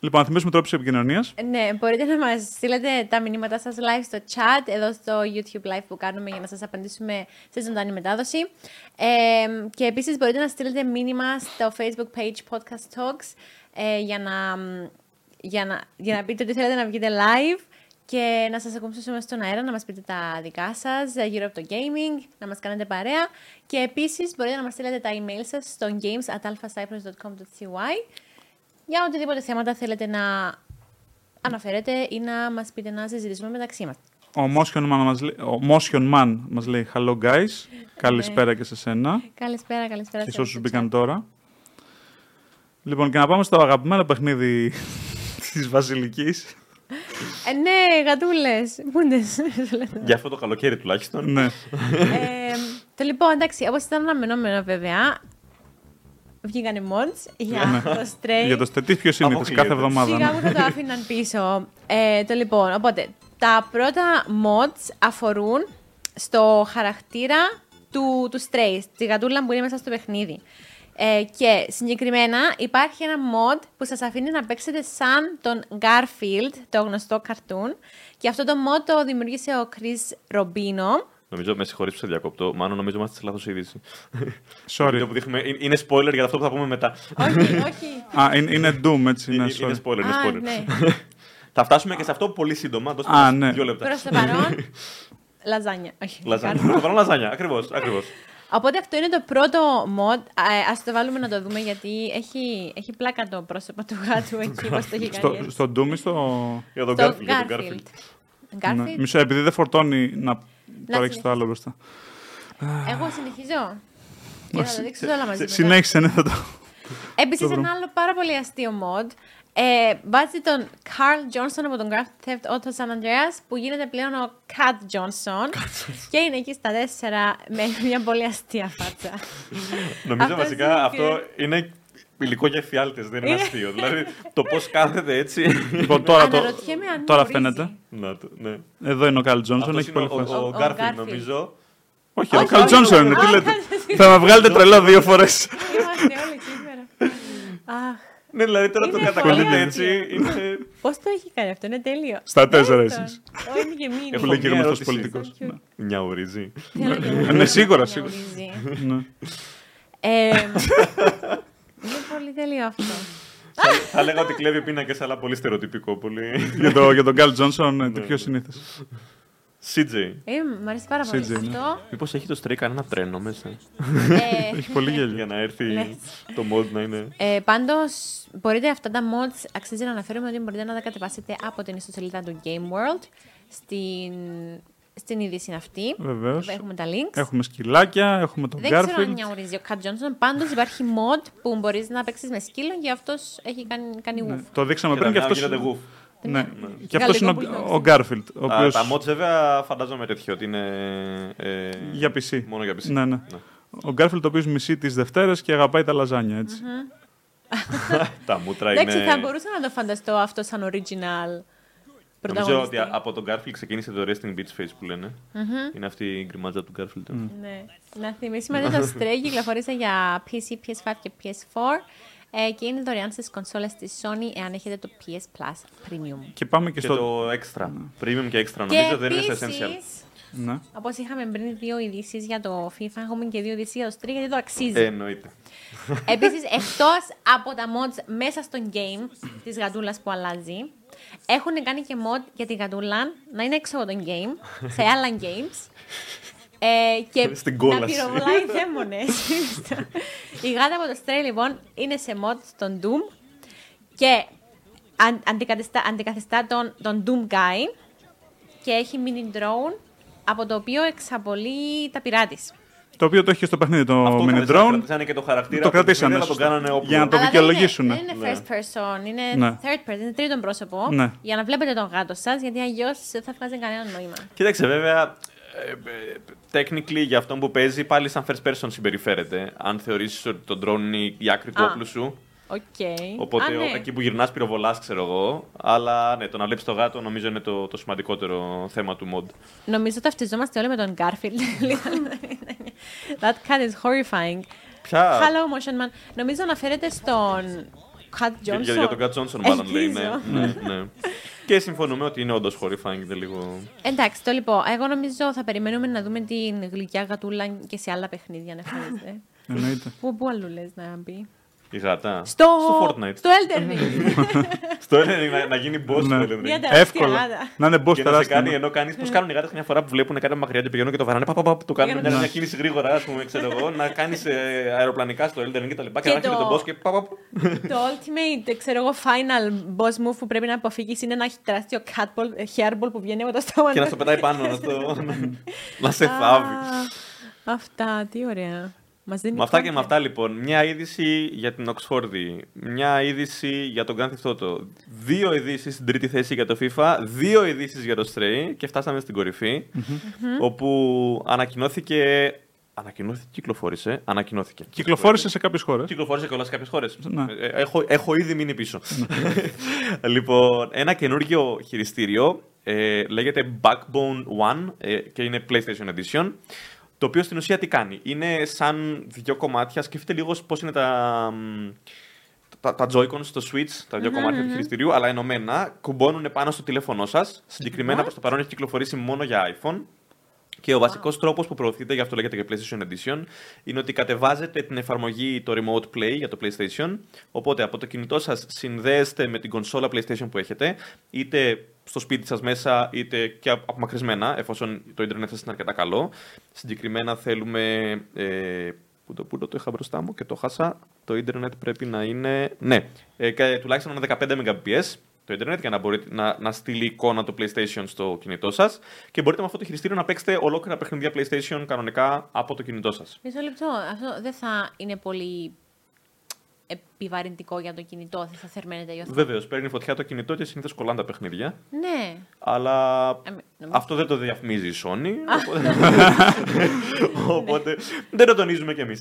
Λοιπόν, να θυμίσουμε τρόπους επικοινωνίας. Ναι, μπορείτε να μας στείλετε τα μηνύματά σας live στο chat, εδώ στο YouTube live που κάνουμε για να σας απαντήσουμε σε ζωντανή μετάδοση. Ε, και επίσης μπορείτε να στείλετε μήνυμα στο Facebook page Podcast Talks ε, για, να, για, να, για να πείτε ότι θέλετε να βγείτε live και να σας ακούσουμε στον αέρα, να μας πείτε τα δικά σας ε, γύρω από το gaming, να μας κάνετε παρέα. Και επίσης μπορείτε να μας στείλετε τα email σας στο games at alphacyprus.com.cy για οτιδήποτε θέματα θέλετε να αναφέρετε ή να μας πείτε να συζητήσουμε μεταξύ μας. Ο Motion Man μας, λέ- ο Motion Man μας λέει «Hello guys, καλησπέρα και σε σένα». Ναι. Καλησπέρα, καλησπέρα. Και σε σε όσους όλους. μπήκαν τώρα. Λοιπόν, και να πάμε στο αγαπημένο παιχνίδι της Βασιλικής. Ε, ναι, γατούλες, μούντες. για αυτό το καλοκαίρι τουλάχιστον. ναι. ε, το λοιπόν, εντάξει, όπως ήταν αναμενόμενο βέβαια, βγήκανε μόντς Ναι. για το Stray. Για το στετή πιο σύνηθες κάθε Αποκλείεται. εβδομάδα. Σιγά ναι. μου θα το άφηναν πίσω. Ε, το λοιπόν, οπότε, τα πρώτα mods αφορούν στο χαρακτήρα του, του Stray, τη γατούλα που είναι μέσα στο παιχνίδι. Ε, και συγκεκριμένα υπάρχει ένα mod που σας αφήνει να παίξετε σαν τον Garfield, το γνωστό καρτούν. Και αυτό το mod το δημιούργησε ο Chris Ρομπίνο. Νομίζω, με συγχωρείς που σε διακόπτω, μάλλον νομίζω είμαστε σε λάθος είδηση. Sorry. Το που δείχνουμε είναι- είναι spoiler για αυτό που θα πούμε μετά. όχι, όχι. Α, είναι, είναι Doom, έτσι, Είναι ναι, είναι sorry. spoiler, είναι Α, spoiler. ναι. Θα φτάσουμε και σε αυτό πολύ σύντομα. Δώστε Α, μας ναι. δύο λεπτά. Προς το παρόν, λαζάνια. Όχι, Λαζάνια. Garfield. Προς το παρόν λαζάνια. Ακριβώς, ακριβώς. Οπότε αυτό είναι το πρώτο mod. Α ε, ας το βάλουμε να το δούμε γιατί έχει, έχει πλάκα το πρόσωπο του γάτου εκεί όπως το έχει κάνει. Στο, έτσι. στο Doom ή στο... Για τον Το Garfield, για τον Garfield. Garfield. Ναι. Garfield. Μισό, επειδή δεν φορτώνει να. Τώρα έχει συνεχίσεις. το άλλο μπροστά. Εγώ συνεχίζω. Και θα το δείξω όλα μαζί. Συ- μετά. Συνέχισε, ναι, θα το. Επίσης Το ένα άλλο πάρα πολύ αστείο mod. Ε, βάζει τον Carl Johnson από τον Grand Theft Auto San Andreas που γίνεται πλέον ο Cat Johnson και είναι εκεί στα τέσσερα με μια πολύ αστεία φάτσα. Νομίζω Αυτός βασικά είναι και- αυτό είναι υλικό για φιάλτες, δεν είναι Είναι. αστείο. δηλαδή το πώς κάθεται έτσι. Λοιπόν, τώρα, το... Αναρωτιέμαι αν τώρα γνωρίζει. φαίνεται. Να το, ναι. Εδώ είναι ο Καλ Τζόνσον, Αυτός έχει είναι πολύ ο, φάση. ο, Ο Garfield Garfield. νομίζω. Όχι, ο όχι, Καλ όχι, Τζόνσον όχι. είναι, τι Α, λέτε. Carl- Θα με βγάλετε τρελό δύο φορές. Είμαστε όλοι σήμερα. Αχ, Ναι, δηλαδή τώρα το Είναι κατακολλείται πολύ έτσι. αστείο. Είναι... Πώς το έχει κάνει αυτό, είναι τέλειο. Στα τέσσερα Δέστον. εσείς. Ω, είναι και μήνυμα. Που λέει και Έχω μια γνωστό ερώτηση. πολιτικός. Σαν cute. Νιαουρίζει. Θέλω και Ναι, εγώ. ναι, σίγουρα, Να σίγουρα. γνωρίζει. Ναι. Ε, Είναι πολύ τέλειο αυτό. θα, θα λέγα ότι κλέβει πίνακες, αλλά πολύ στερεοτυπικό. Πολύ. Για το- για τον Καλ Τζόνσον, Ναι, τι πιο συνήθε. CJ. Ε, Μ' αρέσει πάρα πολύ CJ, ναι. αυτό. Μήπως έχει το στρέι κανένα τρένο μέσα. Ε, Έχει πολύ για γέλιο. να έρθει Λες. το mod να είναι. Ε, Πάντως, μπορείτε αυτά τα mods, αξίζει να αναφέρουμε ότι μπορείτε να τα κατεβάσετε από την ιστοσελίδα του Game World στην, στην είδηση αυτή. Βεβαίως. Έχουμε τα links. Έχουμε σκυλάκια, έχουμε τον Δεν ξέρω αν Γκάρφιλ. νιαουρίζει ο Κατ Τζόνσον. Πάντως υπάρχει mod που μπορείς να παίξεις με σκύλο και αυτός έχει κάνει, κάνει woof. Ναι, Το δείξαμε Και τα πριν και μια αυτός. γίνεται γουφ. Ναι, και Γαλλικό αυτός είναι που είναι ο- ο Γκάρφιλτ. Ο Τα, οποίος- τα mods βέβαια φαντάζομαι τέτοιο ότι είναι. ε, Για PC. Μόνο για PC. Ναι, ναι. Ο Γκάρφιλτ, ο οποίος μισεί τις Δευτέρες και αγαπάει τα λαζάνια, έτσι. Τα μούτρα είναι. Εντάξει, θα μπορούσα να το φανταστώ αυτό σαν original. Νομίζω ότι πρωταγωνιστή. από τον Garfield ξεκίνησε το Resting Beach Face που λένε. Είναι αυτή η γκριμάτζα του Garfield. Ναι. Να θυμίσουμε ότι το Stray κυκλοφορήσε για PC, PS5 και PS4 ε, και είναι δωρεάν στις κονσόλες της Sony εάν έχετε το PS Plus Premium. Και πάμε και, Και στο. το Extra. Premium και Extra Και νομίζω δεν είναι σε Essential. επίσης, Ναι. όπως είχαμε πριν δύο ειδήσεις για το FIFA, έχουμε και δύο ειδήσεις για το Stray γιατί το αξίζει. Ε, εννοείται. Επίσης, εκτός από τα mods μέσα στο game της γατούλας που αλλάζει, έχουν κάνει και mod για τη γατούλα να είναι έξω από το game, σε άλλα games. Ε, και Στην να κόλαση. πυροβολάει δαίμονες. Η γάτα από το Stray λοιπόν είναι σε mod των Doom και αν- αντικατεστά, αντικαθιστά τον, τον Doom Guy και έχει mini drone από το οποίο εξαπολύει τα πυρά της. Το οποίο το έχει στο παιχνίδι το κρατήσανε- mini drone. κρατήσανε και το χαρακτήρα. Το από την κρατήσανε, εφημερίδα, σωστά. Το κάνανε όπλο. Για να το- Αλλά δεν δικαιολογήσουν, Είναι, ναι. δεν είναι first person, είναι Ναι. third person, είναι τρίτον πρόσωπο. Ναι. Για να βλέπετε τον γάτο σας, γιατί αλλιώς δεν θα βγάζει κανένα νόημα. Κοίταξε, βέβαια, ε, ε, technically για αυτόν που παίζει πάλι σαν first person συμπεριφέρεται. Αν θεωρήσεις ότι το drone είναι η άκρη του Α. όπλου σου. Οκ. Οπότε Α, ο- ναι. εκεί που γυρνάς πυροβολάς, ξέρω εγώ. Αλλά ναι, το να βλέπεις το γάτο νομίζω είναι το, το σημαντικότερο θέμα του mod. Νομίζω ταυτιζόμαστε όλοι με τον Garfield. That cat is horrifying. Ποια. Hello, Motion Man. Νομίζω αναφέρεται στον Cat Για, Johnson. για, για τον Κατ Τζόνσον, μάλλον λέει. Ναι, Ελπίζω. ναι, ναι. και συμφωνούμε ότι είναι όντως horrifying. Είναι λίγο. Εντάξει, το λοιπόν. Εγώ νομίζω θα περιμένουμε να δούμε την γλυκιά γατούλα και σε άλλα παιχνίδια να εμφανίζεται. Εννοείται. Πού, πού αλλού λες να μπει. Η γάτα. Στο, Fortnite. Στο Elden Ring. Στο Elden Ring, να, να γίνει boss Ναι. του Elden Ring. Μια τεράστια Εύκολα. γάτα. Να είναι boss ναι. Και να σε τεράστιο. κάνει, ενώ κάνεις. Πώς κάνουν οι γάτες μια φορά που βλέπουν κάτι από μακριά και πηγαίνουν και το βαράνε. Πα, πα, πα, το κάνουν μια, μια κίνηση γρήγορα, ας πούμε, ξέρω εγώ. Να κάνεις αεροπλανικά στο Elden Ring και τα λοιπά. Και, Και να έρχεται το- τον boss και. Πα, πα, πα. το ultimate, ξέρω εγώ, final boss move που πρέπει να αποφύγεις είναι ένα τεράστιο catball, ε, hairball που βγαίνει από το στόμα και να του. στο πετάει πάνω. να, στο... να σε Α, θάβει. Αυτά, τι ωραία. Μας δίνει Με αυτά και content. με αυτά λοιπόν, μια είδηση για την Οξφόρδη, μια είδηση για τον Grand Theft Auto, δύο ειδήσεις στην τρίτη θέση για το FIFA, δύο ειδήσεις για το Stray και φτάσαμε στην κορυφη όπου ανακοινώθηκε, ανακοινώθηκε, κυκλοφόρησε, ανακοινώθηκε. Κυκλοφόρησε σε κάποιες χώρες. Κυκλοφόρησε κιόλας σε κάποιες χώρες. Ναι. ε, Έχω, έχω ήδη μείνει πίσω. λοιπόν, ένα καινούργιο χειριστήριο ε, λέγεται Backbone One ε, και είναι PlayStation Edition. Το οποίο στην ουσία τι κάνει. Είναι σαν δύο κομμάτια. Σκεφτείτε λίγο πώς είναι τα, μ, τα, τα Joy-Con στο Switch, τα δυο κομμάτια του χειριστήριου, αλλά ενωμένα κουμπώνουν πάνω στο τηλέφωνό σας. Συγκεκριμένα προς το παρόν έχει κυκλοφορήσει μόνο για iPhone. Και ο βασικός τρόπος που προωθείται, γι' αυτό λέγεται και PlayStation Edition, είναι ότι κατεβάζετε την εφαρμογή το Remote Play για το PlayStation. Οπότε από το κινητό σας συνδέεστε με την κονσόλα PlayStation που έχετε, είτε στο σπίτι σας μέσα, είτε και απ- απομακρυσμένα, εφόσον το Ιντερνετ σας είναι αρκετά καλό. Συγκεκριμένα θέλουμε. Ε, που το, που το, το είχα μπροστά μου και το χάσα. Το ίντερνετ πρέπει να είναι. Ναι, ε, κα- τουλάχιστον ένα 15 Mbps το ίντερνετ για να μπορείτε να, να στείλει εικόνα το PlayStation στο κινητό σας και μπορείτε με αυτό το χειριστήριο να παίξετε ολόκληρα παιχνίδια PlayStation κανονικά από το κινητό σας. Μισό λεπτό. Αυτό δεν θα είναι πολύ επιβαρυντικό για το κινητό. Δεν θα θερμαίνεται η οθόνη. Βεβαίως, παίρνει φωτιά το κινητό και συνήθως κολλάνε τα παιχνίδια. Ναι. Αλλά Ε, μη- νομίζω- αυτό δεν το διαφημίζει η Sony. Οπότε, οπότε δεν το τονίζουμε κι εμείς.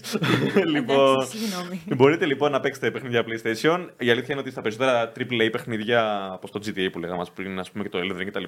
λοιπόν, Εντάξει, συγγνώμη. μπορείτε λοιπόν να παίξετε παιχνίδια PlayStation. Η αλήθεια είναι ότι στα περισσότερα AAA παιχνίδια, όπως το GTA που λέγαμε ας πριν, ας πούμε, και το Elden Ring κτλ.,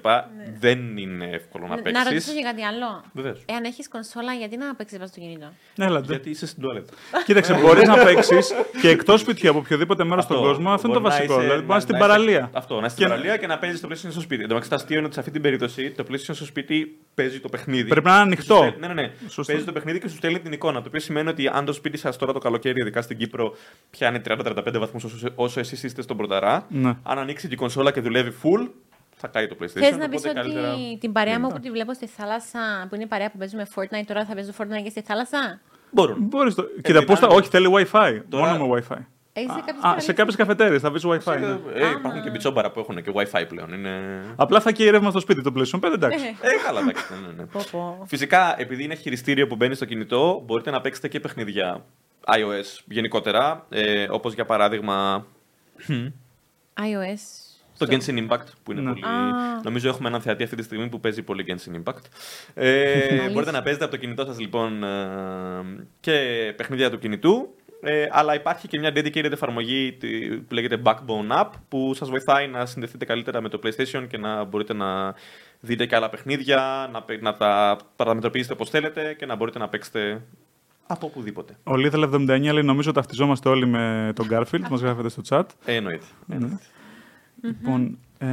δεν είναι εύκολο Ναι. να Να, να παίξεις. ρωτήσω και κάτι άλλο. Βεβαίως. Εάν έχεις κονσόλα, γιατί να παίξεις πάνω στο κινητό. Ναι, Έλατε. Γιατί είσαι στην τουαλέτα. Κοίταξε, μπορείς να παίξεις και εκτός σπιτιού από οποιοδήποτε μέρος Αυτό. στον κόσμο. Αυτό είναι το Μπορεί να βασικό. είσαι- Δηλαδή, μπορεί να είσαι στην είσαι- παραλία. Αυτό, να είσαι στην Και- παραλία και να παίζεις το PlayStation στο σπίτι. Εν τω μεταξύ, το αστείο είναι ότι σε αυτή την περίπτωση το PlayStation στο σπίτι παίζει το παιχνίδι. Πρέπει να είναι Και σου ανοιχτό. στέλνει- Ναι, ναι, ναι. Σωστά. Παίζει το παιχνίδι και σου στέλνει την εικόνα. Το οποίο σημαίνει ότι αν το σπίτι σας τώρα το καλοκαίρι, ειδικά στην Κύπρο, πιάνει 30-35 βαθμούς όσο εσείς είστε στον Πρωταρά, Ναι. αν ανοίξει και η κονσόλα και δουλεύει full, θα κάει το PlayStation. Θες να οπότε πεις ότι καλύτερα- Ναι. την παρέα Ναι. μου που τη βλέπω στη θάλασσα, που είναι η παρέα που παίζουμε Fortnite, τώρα θα παίζω Fortnite και στη θάλασσα. Μπορούν. Μπορείς το... Κοίτα, πώς θα. Ε, δυνάμει. Όχι, θέλει WiFi. Τώρα- Μόνο με WiFi. Έχεις Α, σε κάποιες καφετέρειες θα βρεις WiFi. ναι. Ε, υπάρχουν και μπιτσόμπαρα που έχουν και WiFi πλέον. Είναι... Απλά θα καίει ρεύμα στο σπίτι το PlayStation 5, εντάξει. Ε, καλά, εντάξει. ναι, ναι, ναι. Φυσικά, επειδή είναι χειριστήριο που μπαίνει στο κινητό, μπορείτε να παίξετε και παιχνίδια iOS γενικότερα. Ε, Όπως για παράδειγμα iOS. το Genshin Impact, που είναι Ναι. πολύ. Α. Νομίζω έχουμε έναν θεατή αυτή τη στιγμή που παίζει πολύ Genshin Impact. Ε, μπορείτε να παίζετε από το κινητό σας λοιπόν ε, και παιχνίδια του κινητού. Ε, αλλά υπάρχει και μια dedicated εφαρμογή τη- που λέγεται Backbone App που σας βοηθάει να συνδεθείτε καλύτερα με το PlayStation και να μπορείτε να δείτε και άλλα παιχνίδια, να, παί- να τα παραμετροποιήσετε όπως θέλετε και να μπορείτε να παίξετε από οπουδήποτε. Ο Lethal 79 λέει: Νομίζω ταυτιζόμαστε όλοι με τον Garfield. Μας γράφετε στο chat. Ναι. Ε, εννοείται. εννοείται. Λοιπόν. ε,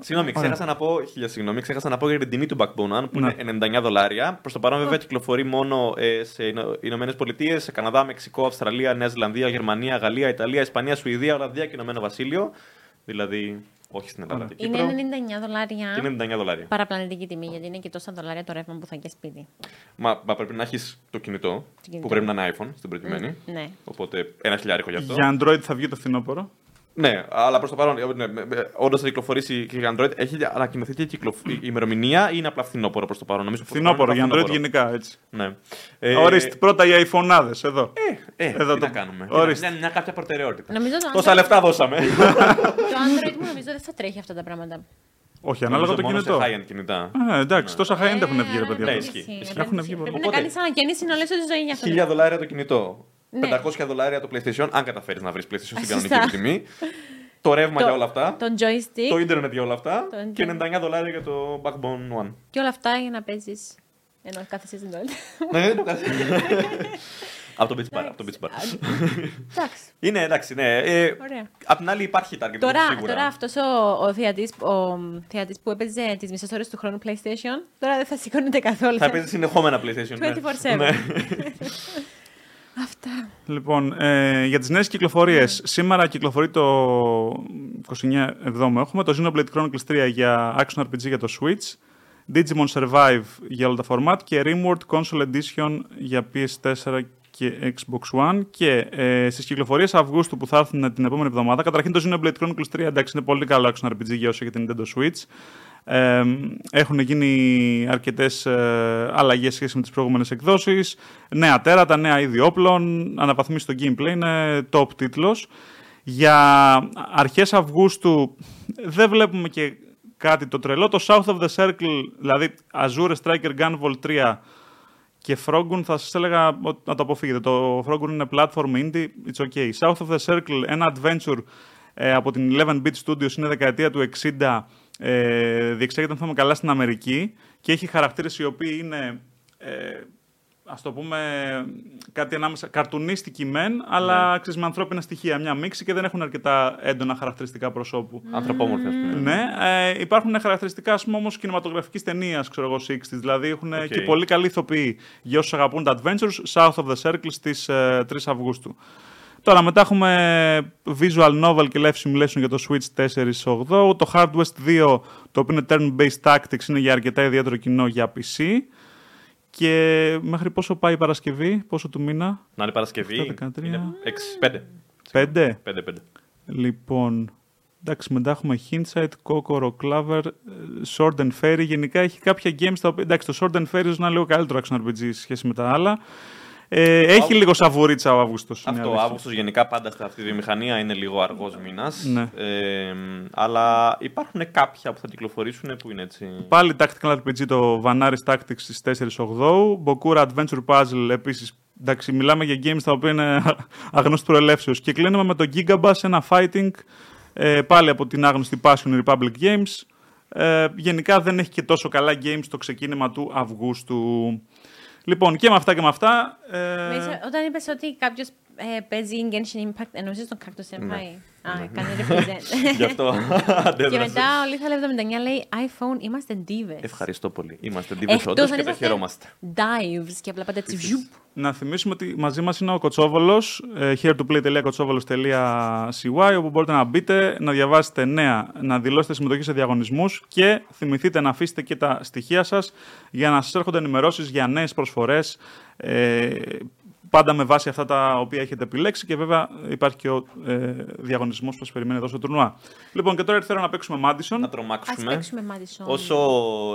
Συγγνώμη, ωραία. ξέχασα να, πω, χίλια συγγνώμη, ξέχασα να πω για την τιμή του Backbone One που Ναι. είναι 99 δολάρια. Προς το παρόν, βέβαια, κυκλοφορεί μόνο ε, σε Ηνωμένες Πολιτείες, σε Καναδά, Μεξικό, Αυστραλία, Νέα Ζηλανδία, Γερμανία, Γαλλία, Ιταλία, Ισπανία, Σουηδία, Ολλανδία και Ηνωμένο Βασίλειο. Δηλαδή, Όχι στην Ελλάδα. Ωραία. Την Κύπρο. Είναι 99 δολάρια. Και είναι 99 δολάρια. Παραπλανητική τιμή, γιατί είναι και τόσα δολάρια το ρεύμα που θα και σπίτι. Μα, μα πρέπει να έχεις το κινητό, κινητό. που πρέπει να είναι iPhone στην προκειμένη. Ναι. Οπότε ένα χιλιάρικο για αυτό. Για Android θα βγει το φθινόπωρο. Ναι, αλλά προς το παρόν, ναι, όντως θα κυκλοφορήσει και για Android. Έχει ανακοινωθεί και η, κυκλοφ- η ημερομηνία ή είναι απλά φθινόπωρο προς το παρόν. Νομίζω προς το Φθινόπωρο, για παρόν είναι Android γενικά έτσι. Ναι. Ε... Ορίστε, πρώτα οι iPhone-άδες εδώ. Ε, ε, Εδώ τι το- να κάνουμε. ορίστε. Ε, Είναι μια κάποια προτεραιότητα. Νομίζω το Τόσα Android- λεφτά δώσαμε. Το Android μου νομίζω δεν θα τρέχει αυτά τα πράγματα. Όχι, ανάλογα το Νομίζω κινητό. μόνο σε high-end κινητά. Α, εντάξει, τόσα high-end έχουν βγει, ρε Ε, παιδιά. Ναι, τώρα. ισχύει. Έχουν βγει πολλά. Πρέπει να Οπότε- κάνει ανακαίνιση να όλη τη ζωή για αυτό. 1000 δολάρια το κινητό. Ναι. 500 δολάρια το PlayStation, αν καταφέρεις να βρεις PlayStation στην Σωστά. κανονική του τιμή. Το ρεύμα Το- για όλα αυτά. Τον joystick Το ίντερνετ για όλα αυτά. Το Και ίντερνετ. 99 δολάρια για το Backbone One. και όλα αυτά για να παίζεις. Ενώ κάθεσαι στην τόλτα. Ναι, δεν το κάνω. Από το beach bar. Από το beach bar. Εντάξει. Είναι εντάξει, ναι. Ε, Ωραία. απ' την άλλη υπάρχει target group, Τώρα, Λοιπόν, σίγουρα. τώρα αυτός ο, ο θεατής ο, θεατής που έπαιζε τις μισές ώρες του χρόνου PlayStation, τώρα δεν θα σηκώνεται καθόλου. Θα παίζει συνεχόμενα PlayStation. ναι. 24/7. Ναι. Αυτά. Λοιπόν, ε, για τις νέες κυκλοφορίες. Σήμερα κυκλοφορεί το 29 εβδόμου έχουμε, το Xenoblade Chronicles 3 για Action RPG για το Switch, Digimon Survive για όλα τα format και RimWorld Console Edition για PS4 και Xbox One και ε, στις κυκλοφορίες Αυγούστου που θα έρθουν την επόμενη εβδομάδα καταρχήν το Xenoblade Chronicles 3 εντάξει είναι πολύ καλό action RPG για όσο έχετε Nintendo Switch ε, έχουν γίνει αρκετές ε, αλλαγές σχέση με τις προηγούμενες εκδόσεις νέα τέρατα, νέα είδη όπλων αναβαθμίσει στο gameplay είναι top τίτλος για αρχές Αυγούστου δεν βλέπουμε και κάτι το τρελό το South of the Circle, δηλαδή Azure Striker Gunvolt 3 και Frogun θα σας έλεγα ότι να το αποφύγετε. Το Frogun είναι platform indie, it's okay. South of the Circle, ένα adventure ε, από την 11-bit studios, είναι δεκαετία του 60, ε, διεξάγεται αν θυμάμαι καλά στην Αμερική και έχει χαρακτήρες οι οποίοι είναι, ε, ας το πούμε, κάτι ανάμεσα, καρτουνίστικοι μεν, αλλά ξέρεις, με ανθρώπινα στοιχεία, μια μίξη και δεν έχουν αρκετά έντονα χαρακτηριστικά προσώπου. Ανθρωπόμορφη, ας πούμε. Ναι, ε, υπάρχουν χαρακτηριστικά ας πούμε, όμως κινηματογραφικής ταινίας, ξέρω εγώ, 60's, δηλαδή έχουν Οκ. και πολύ καλή ηθοποιοί για όσους αγαπούν τα Adventures, South of the Circle στις ε, 3 Αυγούστου. Τώρα μετά έχουμε Visual Novel και Life Simulation για το Switch 4.8, το Hard West 2, το οποίο είναι turn-based tactics, είναι για αρκετά ιδιαίτερο κοινό για PC. Και μέχρι πόσο πάει η Παρασκευή, πόσο του μήνα, Να είναι Παρασκευή. 8-13. είναι έξι- πέντε. 5. Πέντε, πέντε. Λοιπόν, εντάξει, μετά έχουμε Hindsight, Kokoro, Clover, ε, Sword and Fairy. Γενικά έχει κάποια games τα οποία... Εντάξει, το Sword and Fairy ίσως να είναι λίγο καλύτερο action RPG σε σχέση με τα άλλα. Ε, έχει Αύ- λίγο σαβουρίτσα ο Αύγουστος. είναι Αυτό, αλήθεια. Αύγουστος γενικά πάντα σε αυτή τη βιομηχανία είναι λίγο αργός μήνας. Ναι. Ε, αλλά υπάρχουν κάποια που θα κυκλοφορήσουν που είναι έτσι. Πάλι Tactical RPG το Vanaris Tactics στις 4.8. Bokura Adventure Puzzle επίσης. Εντάξει, μιλάμε για games τα οποία είναι αγνώστου προελεύσεως. Και κλείνουμε με το Gigabass, ένα fighting, ε, πάλι από την άγνωστη Passion Republic Games. Ε, γενικά δεν έχει και τόσο καλά games το ξεκίνημα του Αυγούστου. Λοιπόν, και με αυτά και με αυτά... ε, Μέσα- Όταν είπες ότι κάποιος παίζει Genshin Impact, εννοούσες τον Cactus Ναι. Senpai. Α, κάνει Γι' represent. αυτό Και αντέδρασα. μετά ο Λίθα 79 λέει iPhone, είμαστε divas. Ευχαριστώ πολύ. Είμαστε Εκτός αντίβροχοι όντως αν και τα είσαστε χαιρόμαστε. Dives και απλά πάντα τσιβιουπ. Να θυμίσουμε ότι μαζί μας είναι ο Κοτσόβολος, ε, heretoplay.kotsovolos.cy, όπου μπορείτε να μπείτε, να διαβάσετε νέα, να δηλώσετε συμμετοχή σε διαγωνισμούς και θυμηθείτε να αφήσετε και τα στοιχεία σας για να σας έρχονται ενημερώσεις για νέες προσφορές, ε, πάντα με βάση αυτά τα οποία έχετε επιλέξει και βέβαια υπάρχει και ο ε, διαγωνισμός που σας περιμένει εδώ στο τουρνουά. Λοιπόν και τώρα ήρθε η ώρα να παίξουμε Madison. Να Α τρομάξουμε. παίξουμε Madison. Όσο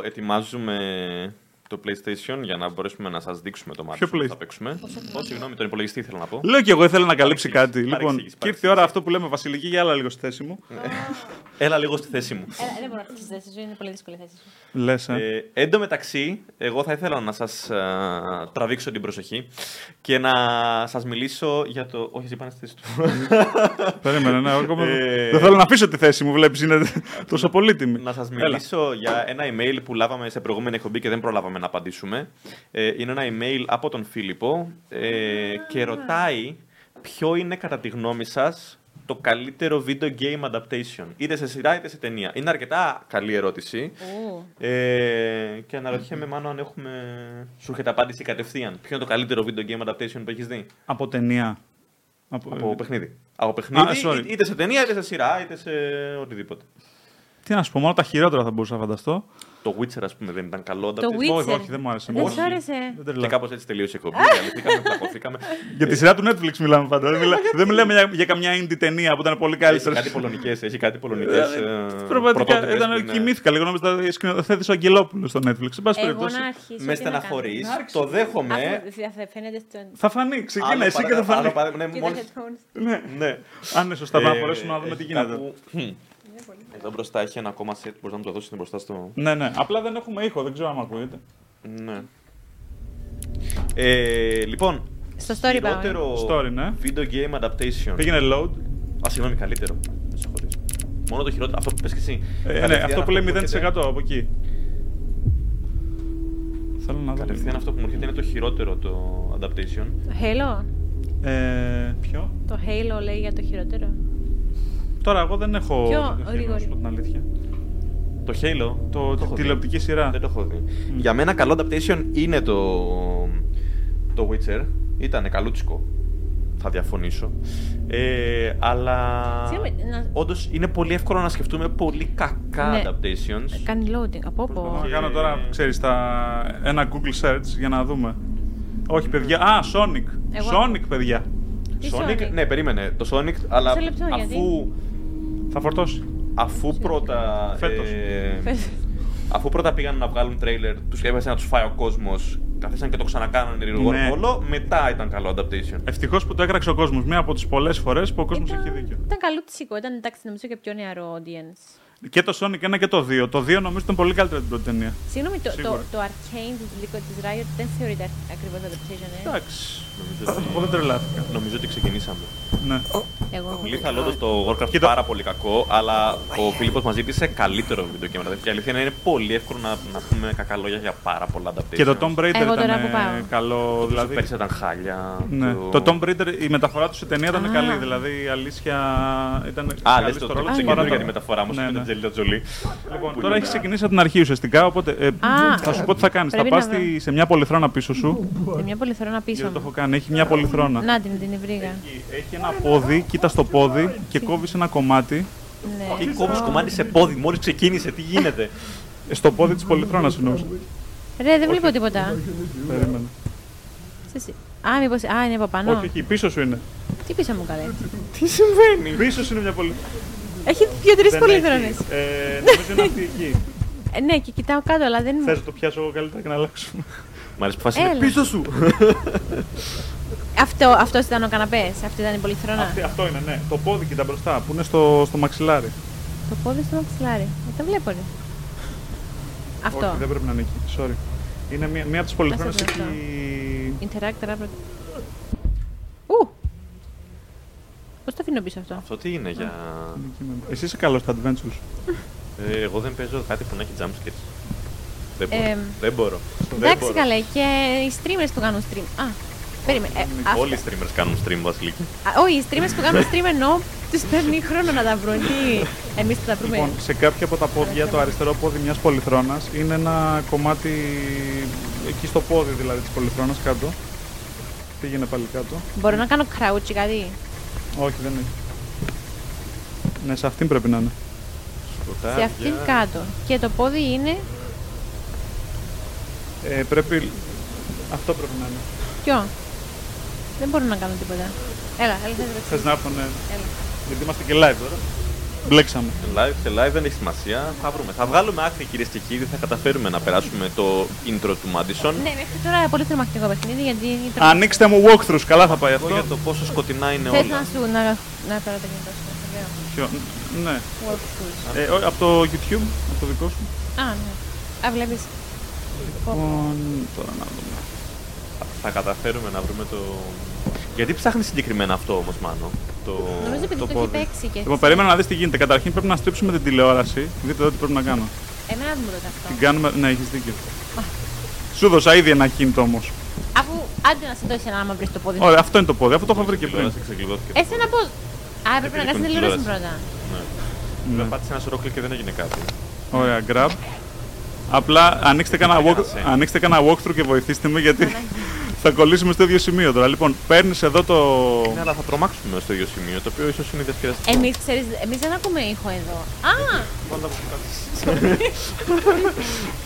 ετοιμάζουμε το PlayStation για να μπορέσουμε να σας δείξουμε το μάτι Ποιο που θα PlayStation? παίξουμε. Ω, συγγνώμη, τον υπολογιστή ήθελα να πω. Λέω και εγώ ήθελα να καλύψει κάτι. Παρεξήγηση, Λοιπόν, παρεξήγηση, Ναι. και ήρθε η ώρα αυτό που λέμε Βασιλική, για άλλα λίγο στη θέση μου. Έλα λίγο στη θέση μου. Έλα, Ε, δεν μπορώ να φτιάξει θέση σου, είναι πολύ δύσκολη θέση σου. Λες, ε. Ε, εν τω μεταξύ, εγώ θα ήθελα να σας α, τραβήξω την προσοχή και να σας μιλήσω για το... Όχι, εσύ πάνε στη θέση του. Περίμενε, ναι, ακόμα Ε, Δεν θέλω να πείσω τη θέση μου, βλέπεις, είναι τόσο πολύτιμη. να σας Έλα. μιλήσω για ένα email που λάβαμε σε προηγούμενη εκπομπή και δεν προλάβαμε να απαντήσουμε. Ε, είναι ένα email από τον Φίλιππο ε, και ρωτάει ποιο είναι κατά τη γνώμη σας το καλύτερο video game adaptation, είτε σε σειρά είτε σε ταινία. Είναι αρκετά καλή ερώτηση. Ου. Ε, και αναρωτιέμαι μάλλον αν έχουμε. Σου έρχεται απάντηση κατευθείαν. Ποιο είναι το καλύτερο video game adaptation που έχεις δει Από ταινία. Από... από παιχνίδι. Από παιχνίδι, Ε, sorry. είτε σε ταινία, είτε σε σειρά, είτε σε οτιδήποτε. Τι να σου πω, μόνο τα χειρότερα θα μπορούσα να φανταστώ. Το Witcher, ας πούμε, δεν ήταν καλό. Το ανταπτυσ- Witcher. Όχι, όχι, δεν μου άρεσε. Δεν Όχι. σ' άρεσε. Δεν Και τρελάθηκα. κάπως έτσι τελείωσε η εκπομπή. Διαλυθήκαμε, πλακωθήκαμε. Για τη σειρά του Netflix μιλάμε πάντα. Ναι, δεν, μιλά- δεν μιλάμε για, για καμιά indie ταινία που ήταν πολύ Έχει καλύτερη. Ε, κάτι ε, πολωνικές, έχει κάτι πολωνικές. Πραγματικά ήταν, κοιμήθηκα λίγο νόμιζα ότι σκηνοθέτησε ο Αγγελόπουλος στο Netflix. Εν πάση Εγώ περιπτώσει. να Με αρχίσω. τι να κάνω. στεναχωρείς. κάνω. Το δέχομαι. Ε, Άκου, θα- θα φαίνεται στον. Θα φανεί, ξεκινά εσύ και θα φανεί. και τα φανεί. headphones. Ναι. Ναι. Αν είναι σωστά, να Ε, μπορέσουμε να δούμε έχει τι γίνεται. κάπου- Χμ. Εδώ μπροστά έχει ένα ακόμα set. Μπορείς να μου το δώσεις μπροστά στο. Ναι, ναι. Απλά δεν έχουμε ήχο, δεν ξέρω αν ακούγεται. Ναι. Ε, λοιπόν. Στο story πάμε. χειρότερο Story, ναι. Video game adaptation. Πήγαινε load. Α, συγγνώμη, καλύτερο. Με συγχωρείς. Μόνο το χειρότερο. Αυτό που πες και εσύ. Ε, ναι, Κατευθείαν αυτό που λέει έρχεται- 0% από εκεί. Θέλω να δω. Κατευθείαν αυτό που μου έρχεται είναι το χειρότερο το adaptation. Το Halo. Ε, ποιο. Το Halo λέει για το χειρότερο. Τώρα, εγώ δεν έχω. Ποιο, τέτοιο γρήγορη. να σου πω την αλήθεια. Το Halo. Το, έχω τη δει. τηλεοπτική σειρά. Δεν το έχω δει. Για μένα καλό adaptation είναι το, το Witcher. Ήτανε καλούτσικο. Θα διαφωνήσω. Ε, αλλά Συγγνώμη, να- όντως είναι πολύ εύκολο να σκεφτούμε πολύ κακά Ναι. adaptations. Κάνει loading. Από Προσπαθώ πω. να Και- κάνω τώρα, ξέρεις, τα... ένα Google search για να δούμε. Όχι, παιδιά. Α, Sonic. Εγώ- Sonic, παιδιά. Τι Sonic, Sonic? ναι, περίμενε. Το Sonic, αλλά Μισό λεπτό, γιατί? αφού, Θα φορτώσει. αφού πρώτα... Φέτος. ε, Φέτος. αφού πρώτα πήγαν να βγάλουν τρέιλερ, τους έβαλε να τους φάει ο κόσμος, καθίσαν και το ξανακάνανε λίγο Ναι. όλο, μετά ήταν καλό adaptation. Ευτυχώς που το έκραξε ο κόσμος. Μία από τις πολλές φορές που ο κόσμος έχει δίκιο. Ήταν καλούτσικο, ήταν εντάξει νομίζω και πιο νεαρό audience. Και το Sonic 1 και το 2. Το 2 νομίζω ήταν πολύ καλύτερο την πρώτη ταινία. Συγγνώμη, το, το, Σίγουρα. το Arcane της League της Riot δεν θεωρείται ακριβώς adaptation, ε. Εντάξει. Εγώ δεν τρελάθηκα. Ε, Νομίζω ότι ξεκινήσαμε. Ναι. Εγώ έχω Λίθα Λόντο το Warcraft Κοίτα. πάρα πολύ κακό, αλλά ο Φίλιππος μας ζήτησε καλύτερο βίντεο κέμερα. Η αλήθεια είναι, είναι πολύ εύκολο να, να πούμε κακά λόγια για πάρα πολλά adaptations. Και το Tomb Raider Εγώ τώρα ήταν που πάω. καλό. Δηλαδή... Δηλαδή, Πέρσι ήταν χάλια. ναι. Το Tomb Raider, η μεταφορά του σε ταινία ήταν Α. καλή. Δηλαδή η αλήθεια ήταν. Α, καλή λες το στο Tomb ρόλο Raider της, για παρά την τα- μεταφορά μου, Ναι, με ναι. την Τζελίτα Τζολί. Λοιπόν, τώρα έχεις ξεκινήσει από την αρχή ουσιαστικά, οπότε ε, θα σου πω τι θα κάνεις. Θα Πρέπει να πας βρω. σε μια πολυθρόνα πίσω σου. Σε μια πολυθρόνα πίσω Λοιπόν. Γιατί το έχω Ε, μου. κάνει. Έχει μια πολυθρόνα. Να την, την βρήκα. Έχει- Έχει ένα πόδι, κοίτα στο πόδι και κόβεις ένα κομμάτι. Ναι. Τι κόβεις κομμάτι σε πόδι, μόλις ξεκίνησε, τι γίνεται. ε, Στο πόδι της πολυθρόνας εννοούσα. Ρε, δεν βλέπω τίποτα. Περίμενε. Σε συ- Α, μήπως, α, είναι από πάνω. Όχι, εκεί πίσω σου είναι. Τι πίσω μου καλέ. τι συμβαίνει. Πίσω σου είναι μια πολυθρόνα. Έχει δύο-τρεις Δεν πολυθρόνες. έχει. Ε, Νομίζω είναι αυτή εκεί. Ε, ναι, και κοιτάω κάτω, αλλά δεν Θες μου... να το πιάσω εγώ καλύτερα και να Ναι, αλλάξουμε. Μ' αρέσει που φάση είναι Έλα. πίσω σου. Αυτό, αυτός ήταν ο καναπές, αυτή ήταν η πολυθρόνα. Αυτή- Αυτό είναι, ναι. Το πόδι κοιτά μπροστά που είναι στο, στο μαξιλάρι. Το πόδι στο μαξιλάρι. Δεν το βλέπω, ρε. Όχι, Αυτό. δεν πρέπει να είναι εκεί. Sorry. Είναι μία, μία από τις πολυθρόνες Άσε το έχει. Interact, rapid. Ου! Πώς το αφήνω πίσω αυτό. Αυτό τι είναι για... Εσύ είσαι καλός στα adventures. Ε, Εγώ δεν παίζω κάτι που να έχει jumpscares. Δεν μπορώ. Εμ. Δεν μπορώ. Δεν Εντάξει μπορώ. καλέ, και οι streamers που κάνουν stream. Α, περίμενε. Ε, αυτό- Όλοι οι streamers κάνουν stream, Βασιλική. Α, Όχι, οι streamers που κάνουν stream ενώ τους παίρνει χρόνο να τα βρουν. Τι, εμείς θα τα βρούμε. Λοιπόν, σε κάποια από τα πόδια, το αριστερό πόδι μιας πολυθρόνας είναι ένα κομμάτι εκεί στο πόδι δηλαδή της πολυθρόνας κάτω. Πήγαινε πάλι κάτω. Μπορώ να κάνω crouch ή κάτι. Όχι, δεν έχει. Ναι, σε αυτήν πρέπει να είναι. Σε αυτήν κάτω. Και το πόδι είναι. Ε, πρέπει. Αυτό πρέπει να είναι. Ποιο. Δεν μπορώ να κάνω τίποτα. Έλα, έλα, θες να Θες να έρθουν. ε, Έλα. Γιατί είμαστε και live τώρα. Μπλέξαμε. Live, σε live δεν έχει σημασία. Θα βρούμε. Θα βγάλουμε άκρη κυρίες και κύριοι. Θα καταφέρουμε να περάσουμε το intro του Madison. Ναι, μέχρι τώρα πολύ τρομακτικό παιχνίδι γιατί ήταν. Ανοίξτε μου walkthroughs, καλά θα πάει Αυτό για αυτό. το πόσο σκοτεινά είναι Θες να όλα. σου να, να πάρω το κινητό σου. ωραίο. Ποιο- Ναι. Walkthroughs. Ε, ό, από το YouTube, από το δικό σου. Α, ναι. Α, βλέπεις. Λοιπόν, τώρα να δούμε. Θα καταφέρουμε να βρούμε το. Γιατί ψάχνεις συγκεκριμένα αυτό όμως, Μάνο. Το... Νομίζω το επειδή το έχει πόδι. παίξει και Λοιπόν, περίμενα να δεις τι γίνεται. Καταρχήν πρέπει να στρίψουμε την τηλεόραση. Δείτε εδώ τι πρέπει να κάνω. Εμένα δεν μου το έκανε Την αυτό. κάνουμε. Ναι, έχεις δίκιο. Σου δώσα ήδη ένα κίνητο όμως. Αφού άντε να σε δώσει ένα άμα βρεις το πόδι. Ωραία, αυτό είναι το πόδι. Αυτό το έχω βρει και πριν. Τηλεόραση ξεκλειδώθηκε. Εσύ να πω. Α, έπρεπε να Επειδή κάνεις την κοντινή τηλεόραση τηλεόραση. πρώτα. Ναι. Πάτησε ένα σωρό κλικ και δεν έγινε κάτι. Ωραία, grab. Απλά ανοίξτε κανένα, walk, Κάτσε. ανοίξτε κανένα walkthrough και βοηθήστε με γιατί θα κολλήσουμε στο ίδιο σημείο τώρα. Λοιπόν, παίρνεις εδώ το. Ναι, αλλά θα τρομάξουμε στο ίδιο σημείο, το οποίο ίσως είναι διασκεδαστικό. Εμείς ξέρεις, εμείς δεν ακούμε ήχο εδώ. Α!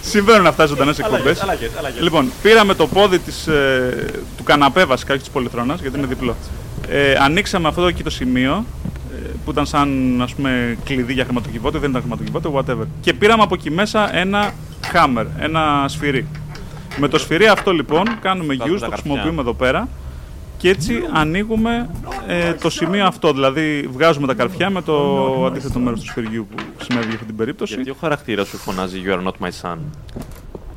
Συμβαίνουν αυτά ζωντανές εκπομπές. Αλλαγές, αλλαγές, αλλαγές. Λοιπόν, πήραμε το πόδι της, ε, του καναπέ βασικά, όχι της πολυθρόνας, γιατί είναι διπλό. Ε, ανοίξαμε αυτό εκεί το σημείο ε, που ήταν σαν ας πούμε, κλειδί για χρηματοκιβώτιο, δεν ήταν χρηματοκιβώτιο, whatever. Και πήραμε από εκεί μέσα ένα hammer, ένα σφυρί. Με το σφυρί αυτό λοιπόν κάνουμε Τα- use, τα το καρφιά. χρησιμοποιούμε εδώ πέρα και έτσι ανοίγουμε ε, το σημείο αυτό. Δηλαδή βγάζουμε τα καρφιά με το αντίθετο μέρος του σφυριού που συνέβη για αυτή την περίπτωση. Γιατί ο χαρακτήρας σου φωνάζει You are not my son.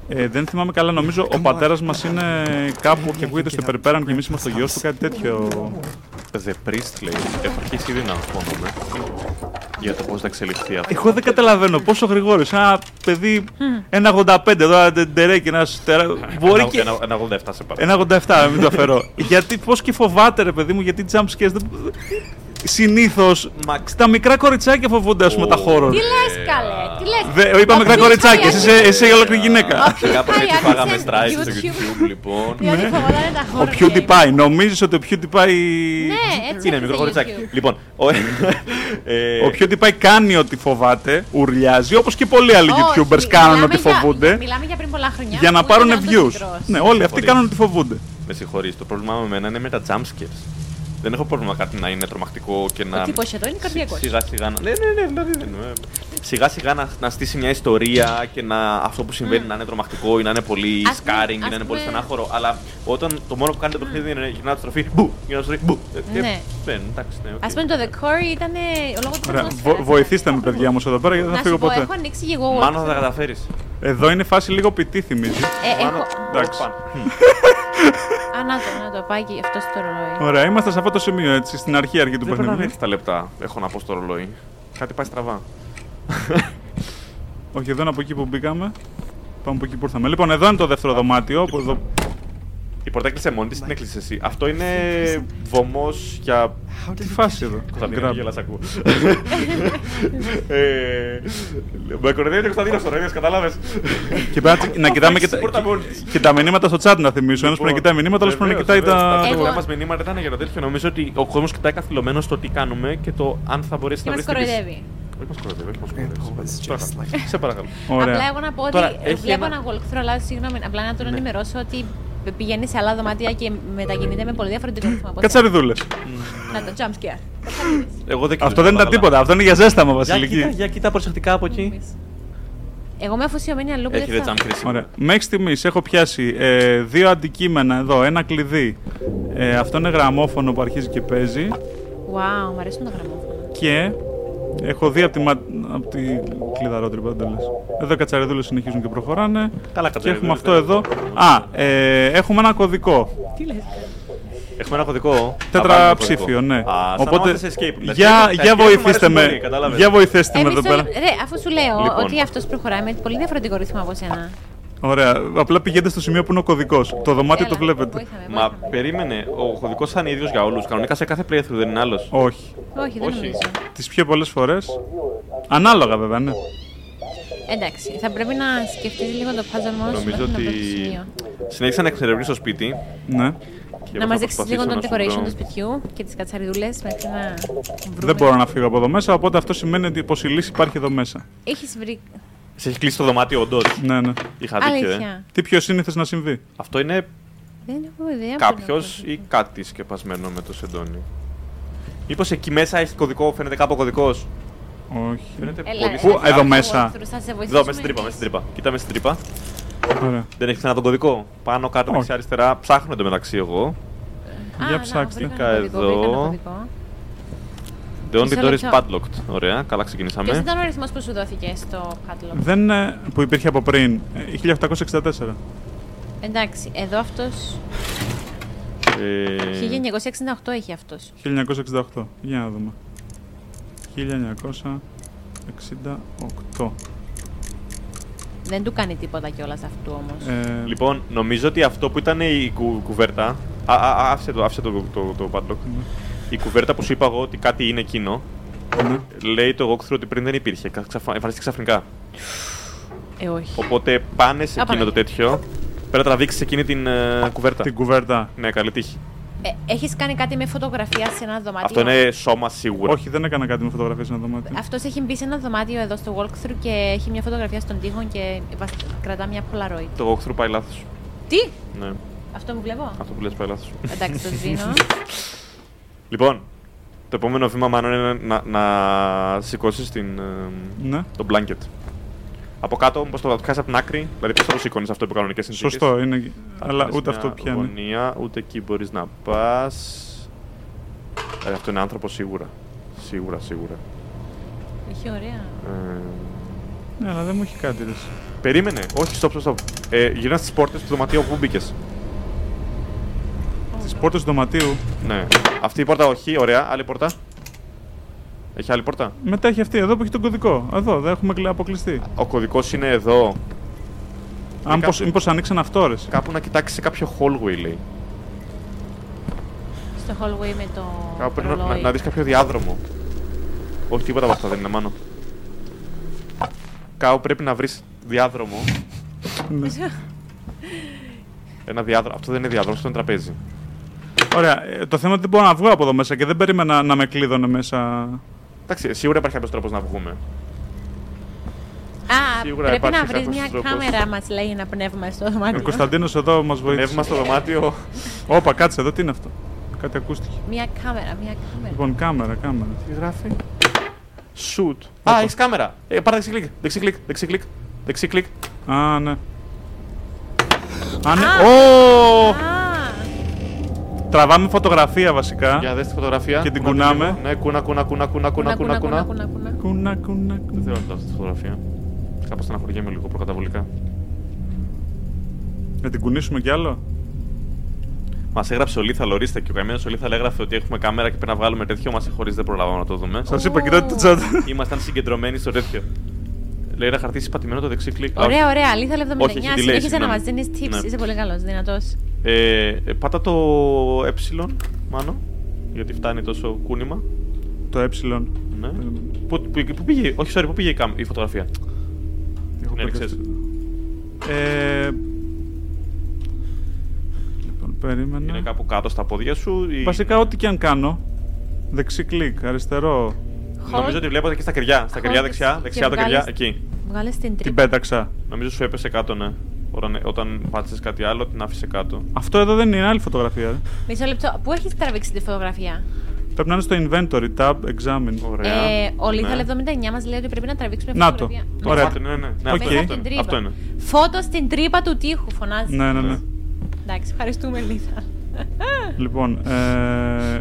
Ε, δεν θυμάμαι καλά, νομίζω ο πατέρας μας είναι κάπου και ακούγεται στο περιπέραν και εμείς είμαστε ο γιος του, κάτι τέτοιο. The priest λέει. Έχω αρχίσει ήδη να αγχώνομαι για το πώς θα εξελιχθεί αυτό. Εγώ δεν καταλαβαίνω πόσο γρήγορο. Ένα παιδί 1,85 εδώ, ντερέκι, ένα τερα... Μπορεί και. Ένα, ένα 87 σε πάρα. 1,87, μην το αφαιρώ. γιατί, πώς και φοβάται, ρε παιδί μου, γιατί jump scares. Δεν... Συνήθως Max. τα μικρά κοριτσάκια φοβούνται, ας πούμε, τα Ω. χώρος. Τι λες, καλέ, τι λες. Δε, είπα μικρά κοριτσάκια, εσύ είσαι- εσύ είσαι ολόκληρη γυναίκα. Κάπω Hi, έτσι Alex, φάγαμε and strikes στο YouTube. YouTube, λοιπόν. Διότι Δηλαδή, φοβόταν τα Ναι. Ο χώρα. PewDiePie, νομίζεις ότι ο PewDiePie. Ναι, έτσι Είναι μικρό χωριτσάκι. Λοιπόν, ο, ε, Ο PewDiePie κάνει ότι φοβάται, ουρλιάζει, όπως και πολλοί άλλοι YouTubers κάνουν ότι φοβούνται, Μιλάμε για πριν πολλά χρόνια. για να που πάρουν ήταν views. όντως μικρός. Ναι, όλοι αυτοί Πολύ. κάνουν ότι φοβούνται. με συγχωρείς, το πρόβλημά μου με εμένα είναι με τα jump scares. Δεν έχω πρόβλημα κάτι να είναι τρομακτικό και να. Ο τύπος εδώ είναι καρδιακός. Σιγά σιγά να. Ναι, ναι, ναι, δηλαδή δεν είναι. Σιγά σιγά να, να στήσει μια ιστορία και να αυτό που συμβαίνει να είναι τρομακτικό ή να είναι πολύ Mm. Ας πούμε- scarring ή να ας είναι πολύ πούμε- Mm. στενάχωρο. Αλλά όταν το μόνο που κάνει το παιχνίδι είναι γυρνά τη στροφή, μπου, γυρνά τη στροφή, μπου. Ε, ε, Ναι. Ναι, εντάξει, ναι. οκ. Ας πούμε το The Core ήταν ο λόγος του Ωραία, βο- βοηθήστε με, παιδιά μου εδώ πέρα, γιατί δεν Να θα φύγω σου πω, ποτέ. έχω ανοίξει και εγώ. Μάλλον θα τα καταφέρεις. Εδώ είναι φάση λίγο πιτή, θυμίζει. Ε, έχω. Εντάξει. Α, να το, να το πάει και αυτό στο ρολόι. Ωραία, είμαστε σε αυτό το σημείο, έτσι, στην αρχή αρχή του Δεν περνάνε παιχνιδιού. έτσι τα λεπτά, έχω να πω στο ρολόι. Κάτι πάει στραβά. Όχι, εδώ είναι από εκεί που μπήκαμε. Πάμε από εκεί που ήρθαμε. Λοιπόν, εδώ είναι το δεύτερο δωμάτιο. όπου εδώ- Η πόρτα έκλεισε μόνη της, την έκλεισε εσύ. Αυτό είναι βωμός για. Τι φάση εδώ. Κωνσταντίνα, Μικρά- μην γελάς, ακούω. Ε, Με κοροϊδεύει ο Κωνσταντίνος τώρα, είδες, κατάλαβες. Και πρέπει να τσι- να κοιτάμε και τα- Ανοίξει την πόρτα Λοιπόν, ε, μόνη της. και τα μηνύματα στο chat να θυμίσω. Ένας πρέπει να κοιτάει μηνύματα, άλλος πρέπει να Βεβαίως, κοιτάει τα. βεβαίως. Τα Εγώ- δικά μας μηνύματα ήταν για το τέτοιο. Νομίζω ότι ο κόσμος κοιτάει καθυλωμένος στο τι κάνουμε και το αν θα μπορέσει Και να μας βρει. την λύση. κοροϊδεύει. Όχι, μας κοροϊδεύει, όχι, μας κοροϊδεύει. Ε, It was Τώρα, just like- Σε παρακαλώ. Ωραία. Απλά εγώ να πω ότι Τώρα, έχει βλέπω ένα- ένα γολκθρό, αλλά συγγνώμη, απλά να τον Ναι. ενημερώσω ότι πηγαίνει σε άλλα δωμάτια και μετακινείται με πολύ διαφορετικό ρυθμό. από εσένα. Κατσαριδούλε. Να το jump scare. Εγώ Αυτό δεν δεν κοιτούσα ήταν τα άλλα. τίποτα. Αυτό είναι για ζέσταμα, Για κοίτα, Βασιλική. για κοίτα προσεκτικά από εκεί. Εγώ είμαι αφοσιωμένη αλλού που Έχει δεν δε θα... jump κρίση. Ωραία. Μέχρι στιγμής έχω πιάσει ε, δύο αντικείμενα εδώ, ένα κλειδί. Ε, αυτό είναι γραμμόφωνο που αρχίζει και παίζει. Wow, μου αρέσουν τα γραμμόφωνα. Και έχω δει από τη, μα... απ' τη κλειδαρότρυπα, δεν το λες. Εδώ οι κατσαριδούλες συνεχίζουν και προχωράνε. Καλά, Και έχουμε κατσαριδούλες, αυτό δεν εδώ. Α, έχουμε. ε, έχουμε ένα κωδικό. Τι λες. Έχουμε ένα κωδικό. Τετρα Απάνω κωδικό. ψήφιο, ναι. Α, Οπότε. Οπότε, Σε escape, room. Τα escape room- για, τα για escape room μου βοηθήστε αρέσουν με. πολύ, κατάλαβες. Για βοηθήστε με Ε, εδώ μισό πέρα. λεπτό. Ρε, αφού σου λέω Λοιπόν. ότι αυτός προχωράει με πολύ διαφορετικό ρυθμό από σένα. Ωραία. Απλά πηγαίνετε στο σημείο που είναι ο κωδικός. Το δωμάτιο Έλα, το βλέπετε. βοήθαμε, Μα βοήθαμε. περίμενε, ο κωδικός θα είναι ίδιος για όλους. Κανονικά σε κάθε playthrough δεν είναι άλλος. Όχι. Όχι, δεν όχι. νομίζω. Τις πιο πολλές φορές. Ανάλογα βέβαια, ναι. Εντάξει, θα πρέπει να σκεφτείς λίγο το puzzle μόνο σου Νομίζω μέχρι να ότι βρω το σημείο. συνέχισα να εξερευνήσω στο σπίτι. ναι. και Να εγώ θα μαζέξεις λίγο προσπαθήσω τον να σου decoration βρω- του σπιτιού και τις κατσαριδούλες μέχρι να βρούμε. Δεν μπορώ να φύγω από εδώ μέσα, οπότε αυτό σημαίνει ότι πως η λύση υπάρχει εδώ μέσα. Έχεις βρει... Σε έχει κλείσει το δωμάτιο, όντως. Ναι, ναι. Είχα δίκιο. Ε. Αλήθεια. Τι πιο σύνηθε να συμβεί. Αυτό είναι Δεν έχω ιδέα. που κάποιο να πω. ή κάτι σκεπασμένο με το σεντόνι. Μήπως εκεί μέσα έχει κωδικό, φαίνεται κάπου κωδικός. Όχι. Φαίνεται Έλα, πολύ Πού, σημαντικά. έλα, θα εδώ σε μέσα. walkthrough, θα σε Εδώ, βοηθήσουμε μέσα στην τρύπα, μέσα εμείς. στην τρύπα. Κοίτα μέσα στην τρύπα. Ωραία. Δεν έχεις ξανά τον κωδικό. Πάνω, κάτω, Όχι. δεξιά, αριστερά. Ψάχνω το μεταξύ εγώ. Α, Για να, ψάξτε. βρήκα ένα κωδικό, Εδώ. βρήκα ένα κωδικό. The only Μισό door is λεπτό. padlocked. Ωραία, καλά Ποιος ξεκινήσαμε. ήταν ο αριθμός που σου δόθηκες στο κάτλο. Δεν. ε, που υπήρχε από πριν. ε, 1864. Εντάξει, εδώ αυτός... Ε, 1968 έχει αυτός. 1968. Για να δούμε. 1968. Δεν του κάνει τίποτα κιόλας αυτού όμως. Ε, Λοιπόν, νομίζω ότι αυτό που ήταν η κου- κουβέρτα. Α, α, α, άφησε το, άφησε το, το, το padlock. Η κουβέρτα που σου είπα εγώ ότι κάτι είναι εκείνο. Λοιπόν, ναι. Λέει το walkthrough ότι πριν δεν υπήρχε. κα- ξαφ- Εμφανίστηκε ξαφνικά. Ε, όχι. Οπότε πάνε σε Α, εκείνο πάμε. το τέτοιο. Πρέπει να τραβήξεις εκείνη την ε, κουβέρτα. Την κουβέρτα. Ναι, καλή τύχη. Ε, Έχεις κάνει κάτι με φωτογραφία σε ένα δωμάτιο. Αυτό είναι σώμα σίγουρα. Όχι, δεν έκανα κάτι με φωτογραφίε σε ένα δωμάτιο. Αυτός έχει μπει σε ένα δωμάτιο εδώ στο walkthrough και έχει μια φωτογραφία στον τοίχο και βα- κρατά μια Polaroid. Το walkthrough πάει λάθος. Τι! Ναι, Αυτό που βλέπω. αυτό που λες πάει λάθος. Εντάξει, το σβήνω. λοιπόν, το επόμενο βήμα μάλλον είναι να, να σηκώσεις την. ε, Ναι. το blanket. Από κάτω, μήπω το πιάσει από την άκρη, δηλαδή πώ το σηκώνει αυτό υπό κανονικέ συνθήκε. Σωστό είναι. Αλλά ούτε αυτό πιάνει. Γωνία, ούτε εκεί μπορείς να πας. Ε, αυτό είναι άνθρωπο σίγουρα. Σίγουρα, σίγουρα. Έχει ωραία. Ε, Ναι, αλλά δεν μου έχει κάτι. ρε. περίμενε, όχι, stop, stop, stop. Ε, Γυρνάς στι πόρτες του δωματίου που μπήκες. Στις πόρτες του δωματίου. Ναι. Αυτή η πόρτα όχι, ωραία. Άλλη πόρτα. Έχει άλλη πόρτα. Μετά έχει αυτή εδώ που έχει τον κωδικό. Εδώ, δεν έχουμε κλει- αποκλειστεί. Ο κωδικός είναι εδώ. Αν κάπου- πως, μήπως ανοίξαν αυτό, ρε. Κάπου να κοιτάξει σε κάποιο hallway, λέει. Στο hallway με το. Κάπου πρέπει να, να, ρολόι. να δεις κάποιο διάδρομο. Όχι, τίποτα από αυτά δεν είναι, μάνο. Κάπου πρέπει να βρεις διάδρομο. Ναι. Ένα διάδρομο. Αυτό δεν είναι διάδρομο, αυτό είναι τραπέζι. Ωραία, ε, το θέμα είναι ότι δεν μπορώ να βγω από εδώ μέσα και δεν περίμενα να με κλείδωνε μέσα. Εντάξει, σίγουρα υπάρχει κάποιο τρόπος να βγούμε. Α, Σίγουρα πρέπει να υπάρχει βρει κάποιος μια τρόπος. κάμερα, μας λέει ένα πνεύμα Ε, στο Ο δωμάτιο. Κωνσταντίνος εδώ μας Πνεύμα βοήθησε. στο δωμάτιο. Όπα, κάτσε εδώ, τι είναι αυτό. Κάτι ακούστηκε. Μια κάμερα, μια κάμερα. Λοιπόν, κάμερα, κάμερα. Τι γράφει. Shoot. Όπα. Α, έχεις κάμερα. Ε, πάρε δεξί κλικ. Δεξί κλικ. Δεξί κλικ. Δεξί κλικ. Α, ναι. Α, ναι. Α. Ω! Λοιπόν. Α, Τραβάμε φωτογραφία βασικά. Για δες τη φωτογραφία. Και την Κούνα κουνάμε. λίγο. Ναι, κούνα, κούνα, κούνα, κούνα, κούνα, κούνα, κούνα. κούνα, κούνα. Κούνα, κούνα, Δεν κούνα. θέλω να κοιτάω αυτή τη φωτογραφία. Κάπως στεναχωριέμαι λίγο προκαταβολικά. Να την κουνήσουμε κι άλλο. Μας έγραψε ο Λίθαλ, ορίστε και ο καημένο ο Λίθαλ έγραφε ότι έχουμε κάμερα και πρέπει να βγάλουμε τέτοιο. Μας χωρίς δεν προλάβαμε να το δούμε. Σας Ω. είπα, κοιτάτε το chat. Ήμασταν συγκεντρωμένοι στο τέτοιο. Λέει ένα χαρτί συμπατημένο το δεξί κλικ. Α, Ωραία, ωραία. Λίθα 79. Όχι, έχει delay, Συνέχισε συγγνώμη. να μας δίνεις tips. Ναι. Είσαι πολύ καλός, δυνατός. Ε, ε, πάτα το ε, μάνο, γιατί φτάνει τόσο κούνημα. Το ε. Ναι. Πού, πού, πού πήγε, όχι, sorry, πού πήγε η, κάμ- η φωτογραφία. Έχω Ναι, μπερδευτεί. ξέρεις. Ε, Λοιπόν, περίμενα. Είναι κάπου κάτω στα πόδια σου. ή- Βασικά, ό,τι και αν κάνω. Δεξί κλικ, αριστερό. Νομίζω ότι βλέπω εκεί στα κεριά. Στα κεριά Hold δεξιά, και δεξιά τα κεριά, βγάλεις- εκεί. Βγάλε την Την τρύπα. πέταξα. Νομίζω σου έπεσε κάτω, ναι. Όταν, όταν πάτησες κάτι άλλο, την άφησε κάτω. Αυτό εδώ δεν είναι άλλη φωτογραφία. ε. Μισό λεπτό. Πού έχεις τραβήξει τη φωτογραφία. Πρέπει να είναι στο inventory tab, examine. Ωραία. Ε, ο Λίθα Ναι. 79 μας λέει ότι πρέπει να τραβήξουμε Να το. φωτογραφία. Το Ωραία. φάτε, Ναι, ναι, ναι. Οκ. Αυτό, είναι, Μέσα αυτό στην είναι. τρύπα. Αυτό είναι. Φώτο στην τρύπα του τείχου, φωνάζει. Ναι, ναι, ναι. Ναι. Εντάξει, ευχαριστούμε, Λίθα. Λοιπόν, ε...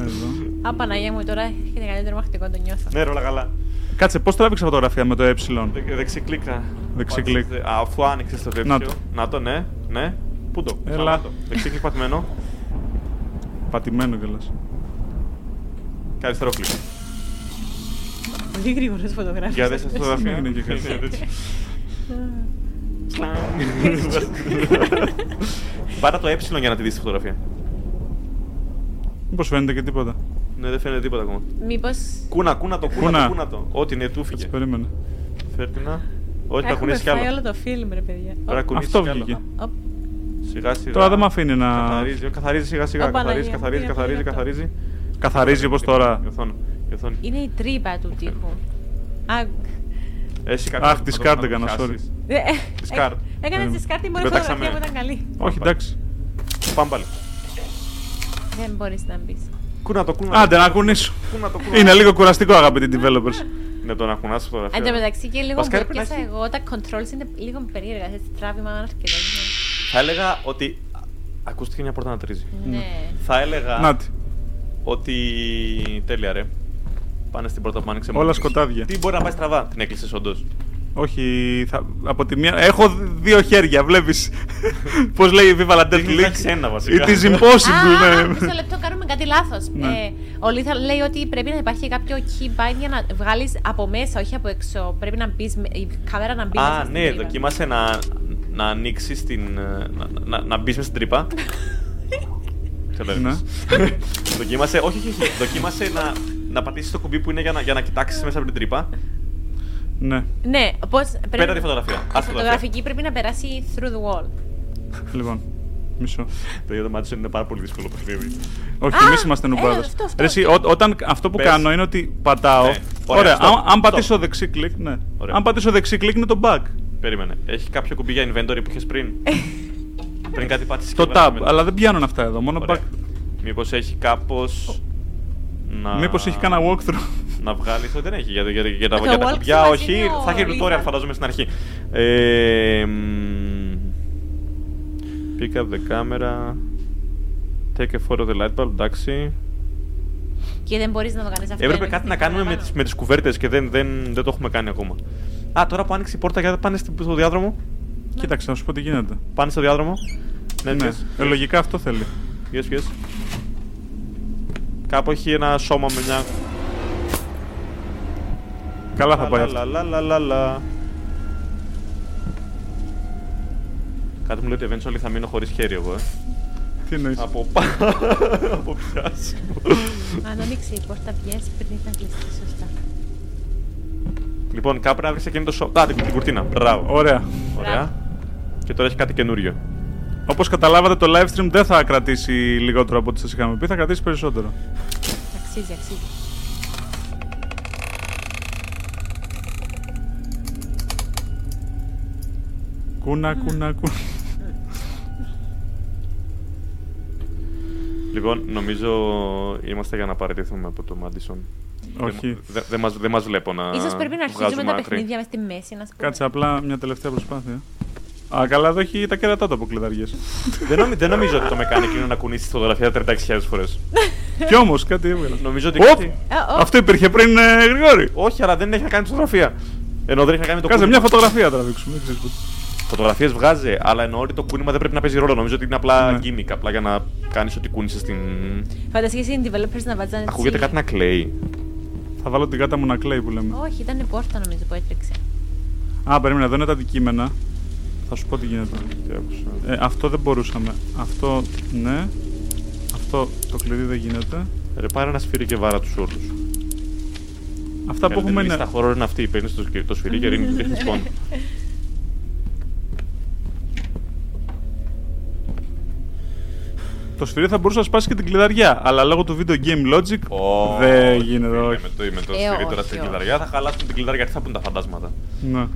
εδώ. Α, Παναγία μου, τώρα έχετε καλύτερο μαχτικό, το νιώθω. Ναι, ρε, όλα καλά. Κάτσε, πώς τράβηξα φωτογραφία με το ε. Δε- Δεξί κλικ. να- Δεξί πάτησες, κλικ. δε- α, Αφού άνοιξε το Να τέτοιο. το. Να το, ναι, ναι. Πού το. Έλα. ξανά το. Δεξί κλικ πατημένο. Πατημένο κιόλας. Και αριστερό κλικ. Πολύ γρήγορες φωτογραφίε. Ναι. Για δες σα φωτογραφία. είναι και κάτι. Είναι Ναι, τέτοιο. Πάρα το ε για να τη δεις τη φωτογραφία. Μήπως φαίνεται και τίποτα. Ναι, δεν φαίνεται τίποτα ακόμα. Μήπως. Κούνα, κούνα το, κούνα Κούνα. το, κούνα το. Ό,τι είναι, του Έτσι φύγε. περίμενα. Φέρτινα. Όχι, θα Έχουμε κουνήσει κι φάει όλο άλλο. το φιλμ, ρε παιδιά. Τώρα Ω, κουνήσεις Αυτό κι άλλο. βγήκε. ω, Σιγά σιγά. Τώρα δεν με αφήνει να- Καθαρίζει, καθαρίζει σιγά σιγά. Ω, Καθαρίζει, Παναγία μου, καθαρίζει, τι καθαρίζει, αυτό. καθαρίζει. Καθαρίζει όπως τώρα. Η οθόνη, η οθόνη. Είναι η τρύπα του τείχου. Α, Έχει κάποιο Αχ, να της το- card να το έκανα, πιάσεις. ε, ε, Της card. Έκανες της σκάρτη μόνο Ε, Πετάξαμε. φωτογραφία που ήταν καλή. Όχι, εντάξει. Πάμε πάλι. Δεν μπορείς να μπεις. Κούνα το, κούνα το. Άντε, να κουνήσω. Κούνα το, κούνα το. Είναι λίγο κουραστικό, αγαπητοί developers. Ναι, το να κουνάς φωτογραφία. Εν τω μεταξύ και λίγο Βασικά, που έπρεπε να έπιασα έχει- εγώ, τα controls είναι λίγο περίεργα. Έτσι, τράβημα αρκετά. Θα έλεγα ότι... Ακούστηκε μια πόρτα να τρίζει. Ναι. Θα έλεγα Να τη. ότι... Τέλεια, ρε. Πάνε στην πόρτα που άνοιξε Όλα μόνος. σκοτάδια. Τι μπορεί να πάει στραβά. Την έκλεισες όντως. Όχι, θα... από τη μία. Έχω δύο χέρια, βλέπεις. Πώς λέει η Viva la Dead Δείχνει να League. έχεις ένα, βασικά. It is Α, impossible, ναι. μισό λεπτό, κάνουμε κάτι λάθος. Ναι. Ο Λίθα λέει ότι πρέπει να υπάρχει κάποιο key bind για να βγάλεις από μέσα, όχι από έξω. Πρέπει να μπεις, η κάμερα να μπει. μέσα Α, στην ναι, τρύπα. δοκίμασε να, να ανοίξει την. ε, να, να, να μπεις με στην τρύπα. Θέλω Ναι. να Δοκίμασε, όχι, όχι, όχι. Δοκίμασε να, να πατήσεις το κουμπί που είναι για να, για να κοιτάξεις μέσα από την τρύπα. Ναι. Ναι, πώς... Πέρα τη φωτογραφία. Η Ας φωτογραφία. φωτογραφική πρέπει να περάσει through the wall. Λοιπόν. Μισό. Παιδιά, το Madison είναι πάρα πολύ δύσκολο παιχνίδι. Όχι, Α, εμεί είμαστε ε, νουμπάδες. αυτό, αυτό. Όταν αυτό που Πες. κάνω είναι ότι πατάω. Ναι. Ωραία, Ωραία, stop, αν, αν stop. πατήσω δεξί κλικ, ναι. Ωραία. Αν πατήσω δεξί κλικ είναι το back. Περίμενε. Έχει κάποιο κουμπί για inventory που είχες πριν. πριν κάτι πάτησες. Το tab, αλλά δεν πιάνουν αυτά εδώ. Μόνο back. Μήπως έχει κάπως. Να... Μήπως έχει κανένα walkthrough. Να βγάλει. Όχι, δεν έχει. Για, το- για, το- για, τα- Το για τα walkthrough κουμπιά, μας όχι. είναι ο Θα έχει tutorial, Leafman. φαντάζομαι στην αρχή. Ε, μ, pick up the camera. Take a photo of the light bulb, εντάξει. Και δεν μπορείς να το κάνεις αυτό. Έπρεπε είναι κάτι να κάτι κάνουμε με παραπάνω. τις, με τις κουβέρτες και δεν, δεν, δεν το έχουμε κάνει ακόμα. Α, τώρα που άνοιξε η πόρτα, για πάνε στην- στο διάδρομο. Κοίταξε, να σου πω τι γίνεται. Πάνε στο διάδρομο. Ναι, Ναι, ναι. ε, λογικά αυτό θέλει. Yes, yes. Κάπου έχει ένα σώμα με μια. Καλά θα πάει Λα, αυτό. λα, λα, λα, λα. Κάτι μου λέει ότι eventually θα μείνω χωρίς χέρι εγώ, ε. Τι εννοείς. Από πα... από πιάσιμο. Αν ανοίξει η πόρτα, πιέσει πριν να κλειστείς. Σωστά. λοιπόν, κάπου να βρεις εκείνο το σώμα. Α, την, την κουρτίνα. Μπράβο. Ωραία. Ωραία. Και τώρα έχει κάτι καινούριο. Όπως καταλάβατε, το live stream δεν θα κρατήσει λιγότερο από ό,τι σας είχαμε πει, θα κρατήσει περισσότερο. Αξίζει, αξίζει. Κούνα, Ναι. κούνα, κούνα. Λοιπόν, νομίζω είμαστε για να παραιτηθούμε από το Μάντισον. Όχι. Δεν δε μας, δε μας βλέπω να. Ίσως πρέπει να αρχίζουμε βγάζουμε τα άκρη. παιχνίδια μες στη μέση, να πούμε. Κάτσε απλά μια τελευταία προσπάθεια. Α, καλά, εδώ έχει τα κερατά του από κλειδαριές. δεν, νομι- δεν νομίζω ότι το μεκάνικ είναι να κουνήσει τη φωτογραφία 36.000 φορές. Κι όμως κάτι έβγαλε. νομίζω ότι. Οπ! κάτι- Α, ω, Αυτό υπήρχε πριν, ε, Γρηγόρη. Όχι, αλλά δεν έχει να κάνει τη φωτογραφία. Ενώ δεν έχει να κάνει με το Κάτσε κούνημα. μια φωτογραφία τραβήξουμε. δεν ξέρεις πού. Φωτογραφίες βγάζει, αλλά εννοώ ότι το κούνημα δεν πρέπει να παίζει ρόλο. Νομίζω ότι είναι απλά Ναι. gimmick, απλά για να κάνεις ότι κούνησες στην. Φαντασίες είναι developers να βατζάνε έτσι. Ακούγεται κάτι να κλαίει. Θα βάλω την κάτα μου να κλαίει που λέμε. Όχι, ήταν η πόρτα νομίζω που έτρεξε. Α, περίμενα, εδώ είναι τα αντικείμενα. Θα σου πω τι γίνεται. Τι άκουσα. Ε, αυτό δεν μπορούσαμε. Αυτό, ναι. Αυτό το κλειδί δεν γίνεται. Ρε, πάρε ένα σφυρί και βάρα τους όλους. Αυτά που έχουμε ναι. Στα είναι. χώρο είναι αυτή. Παίρνεις το, σκυ- το σφυρί και ρίχνεις ρίχνεις Λοιπόν, πόνο. Το σφυρί θα μπορούσε να σπάσει και την κλειδαριά. Αλλά λόγω του video game logic Ω, δεν όχι, γίνεται. φίλε, Όχι. Με το, με το Ε, σφυρί όχι, τώρα στην όχι. κλειδαριά θα χαλάσουν την κλειδαριά γιατί θα πούν τα φαντάσματα. Ναι.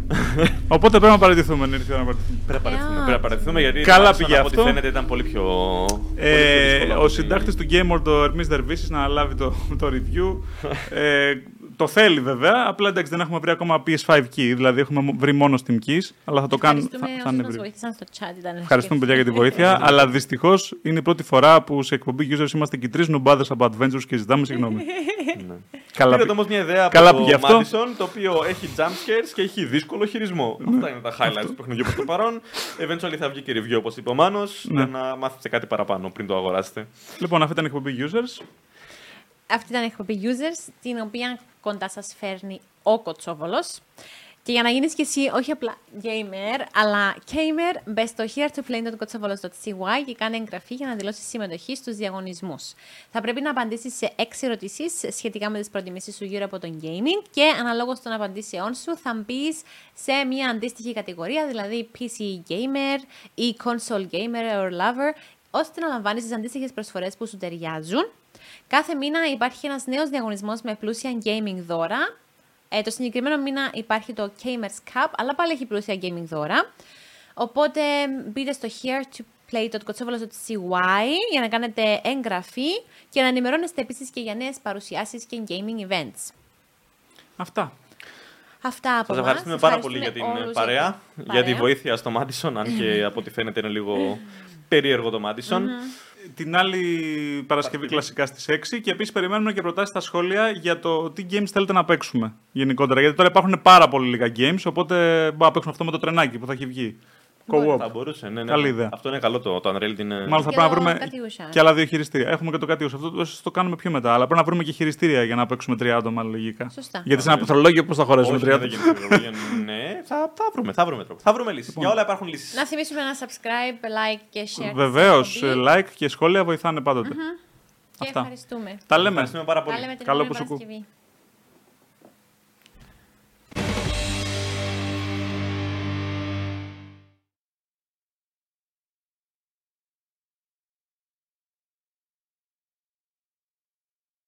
Οπότε πρέπει να παραιτηθούμε. Ναι, ήρθε η ώρα να παραιτηθούμε. Πρέπει να Ε, παρατηθούμε. α, Πρέπει να παρατηθούμε γιατί. Καλά τουλάχιστον πήγε από ό,τι αυτό. φαίνεται ήταν πολύ πιο. πολύ πιο Ε, δύσκολο από ο ό,τι- συντάκτης του Game World, ο Ερμή Δερβίση, να λάβει το, το review. ε, το θέλει βέβαια. Απλά εντάξει, δεν έχουμε βρει ακόμα PS5 key. Δηλαδή έχουμε μο- βρει μόνο Steam keys. Αλλά θα το κάνουν. Θα, Ευχαριστούμε θα όσους είναι μας βρει. βοήθησαν στο chat. ήταν Ευχαριστούμε παιδιά για τη βοήθεια. αλλά δυστυχώς είναι η πρώτη φορά που σε εκπομπή users είμαστε και τρεις νουμπάδες από Adventures και ζητάμε συγγνώμη. Ναι. Καλά. Πήρατε όμως μια ιδέα Καλά από πήγε το αυτό. Madison, το οποίο έχει jump scares και έχει δύσκολο χειρισμό. Ναι. Αυτά είναι τα highlights του παιχνιδιού προς το παρόν. Eventually θα βγει και review όπως είπε ο Μάνος, Ναι. για να μάθετε κάτι παραπάνω πριν το αγοράσετε. λοιπόν, αυτή ήταν η εκπομπή users. Αυτή ήταν η εκπομπή Users, την οποία κοντά σας φέρνει ο Κοτσόβολος. Και για να γίνεις και εσύ όχι απλά gamer, αλλά gamer, μπες στο heretoplay.kotsovolos.cy και κάνε εγγραφή για να δηλώσεις συμμετοχή στους διαγωνισμούς. Θα πρέπει να απαντήσεις σε 6 ερωτήσεις σχετικά με τις προτιμήσεις σου γύρω από τον gaming και αναλόγως των απαντήσεών σου θα μπεις σε μια αντίστοιχη κατηγορία, δηλαδή PC gamer ή console gamer or lover, ώστε να λαμβάνεις τις αντίστοιχες προσφορές που σου ταιριάζουν. Κάθε μήνα υπάρχει ένας νέος διαγωνισμός με πλούσια gaming δώρα. Ε, το συγκεκριμένο μήνα υπάρχει το Gamers Cup, αλλά πάλι έχει πλούσια gaming δώρα. Οπότε μπείτε στο here to play.kotsovolos.cy για να κάνετε εγγραφή και να ενημερώνεστε επίσης και για νέες παρουσιάσεις και gaming events. Αυτά. Αυτά από Σας μας. ευχαριστούμε πάρα πολύ για την Ευχαριστούμε όλους παρέα, για τη βοήθεια στο Madison, αν και από ό,τι φαίνεται είναι λίγο περίεργο το Madison. Την άλλη Παρασκευή κλασικά στις 6 και επίσης περιμένουμε και προτάσεις στα σχόλια για το τι games θέλετε να παίξουμε γενικότερα. Γιατί τώρα υπάρχουν πάρα πολύ λίγα games, οπότε μπορούμε να παίξουμε αυτό με το τρενάκι που θα έχει βγει. Co-op. Θα μπορούσε, ναι, ναι. Καλή ιδέα. Αυτό είναι καλό το, το Unreal είναι. Μάλλον θα Και πρέπει να το βρούμε Κατιούσα. και άλλα δύο χειριστήρια. Έχουμε και το κάτι Αυτό το, ίσως το κάνουμε πιο μετά. Αλλά πρέπει να βρούμε και χειριστήρια για να παίξουμε τρία άτομα λογικά. Σωστά. Γιατί σε ένα πεθρολόγιο πώς θα χωρέσουμε Όχι, τρία ναι, δεν άτομα. γίνεται πληροφορία. ναι, θα, θα βρούμε, θα βρούμε τρόπο. Θα βρούμε λύσεις. Λοιπόν. Για όλα υπάρχουν λύσεις. Να θυμίσουμε να subscribe, like και share. της Βεβαίω, εκπομπής. ε, ε, like και σχόλια βοηθάνε πάντοτε. Και Αυτά. ευχαριστούμε. Τα λέμε. Ευχαριστούμε πάρα Τα πολύ. λέμε την Καλό επόμενη που σου κου. Παρασκευή.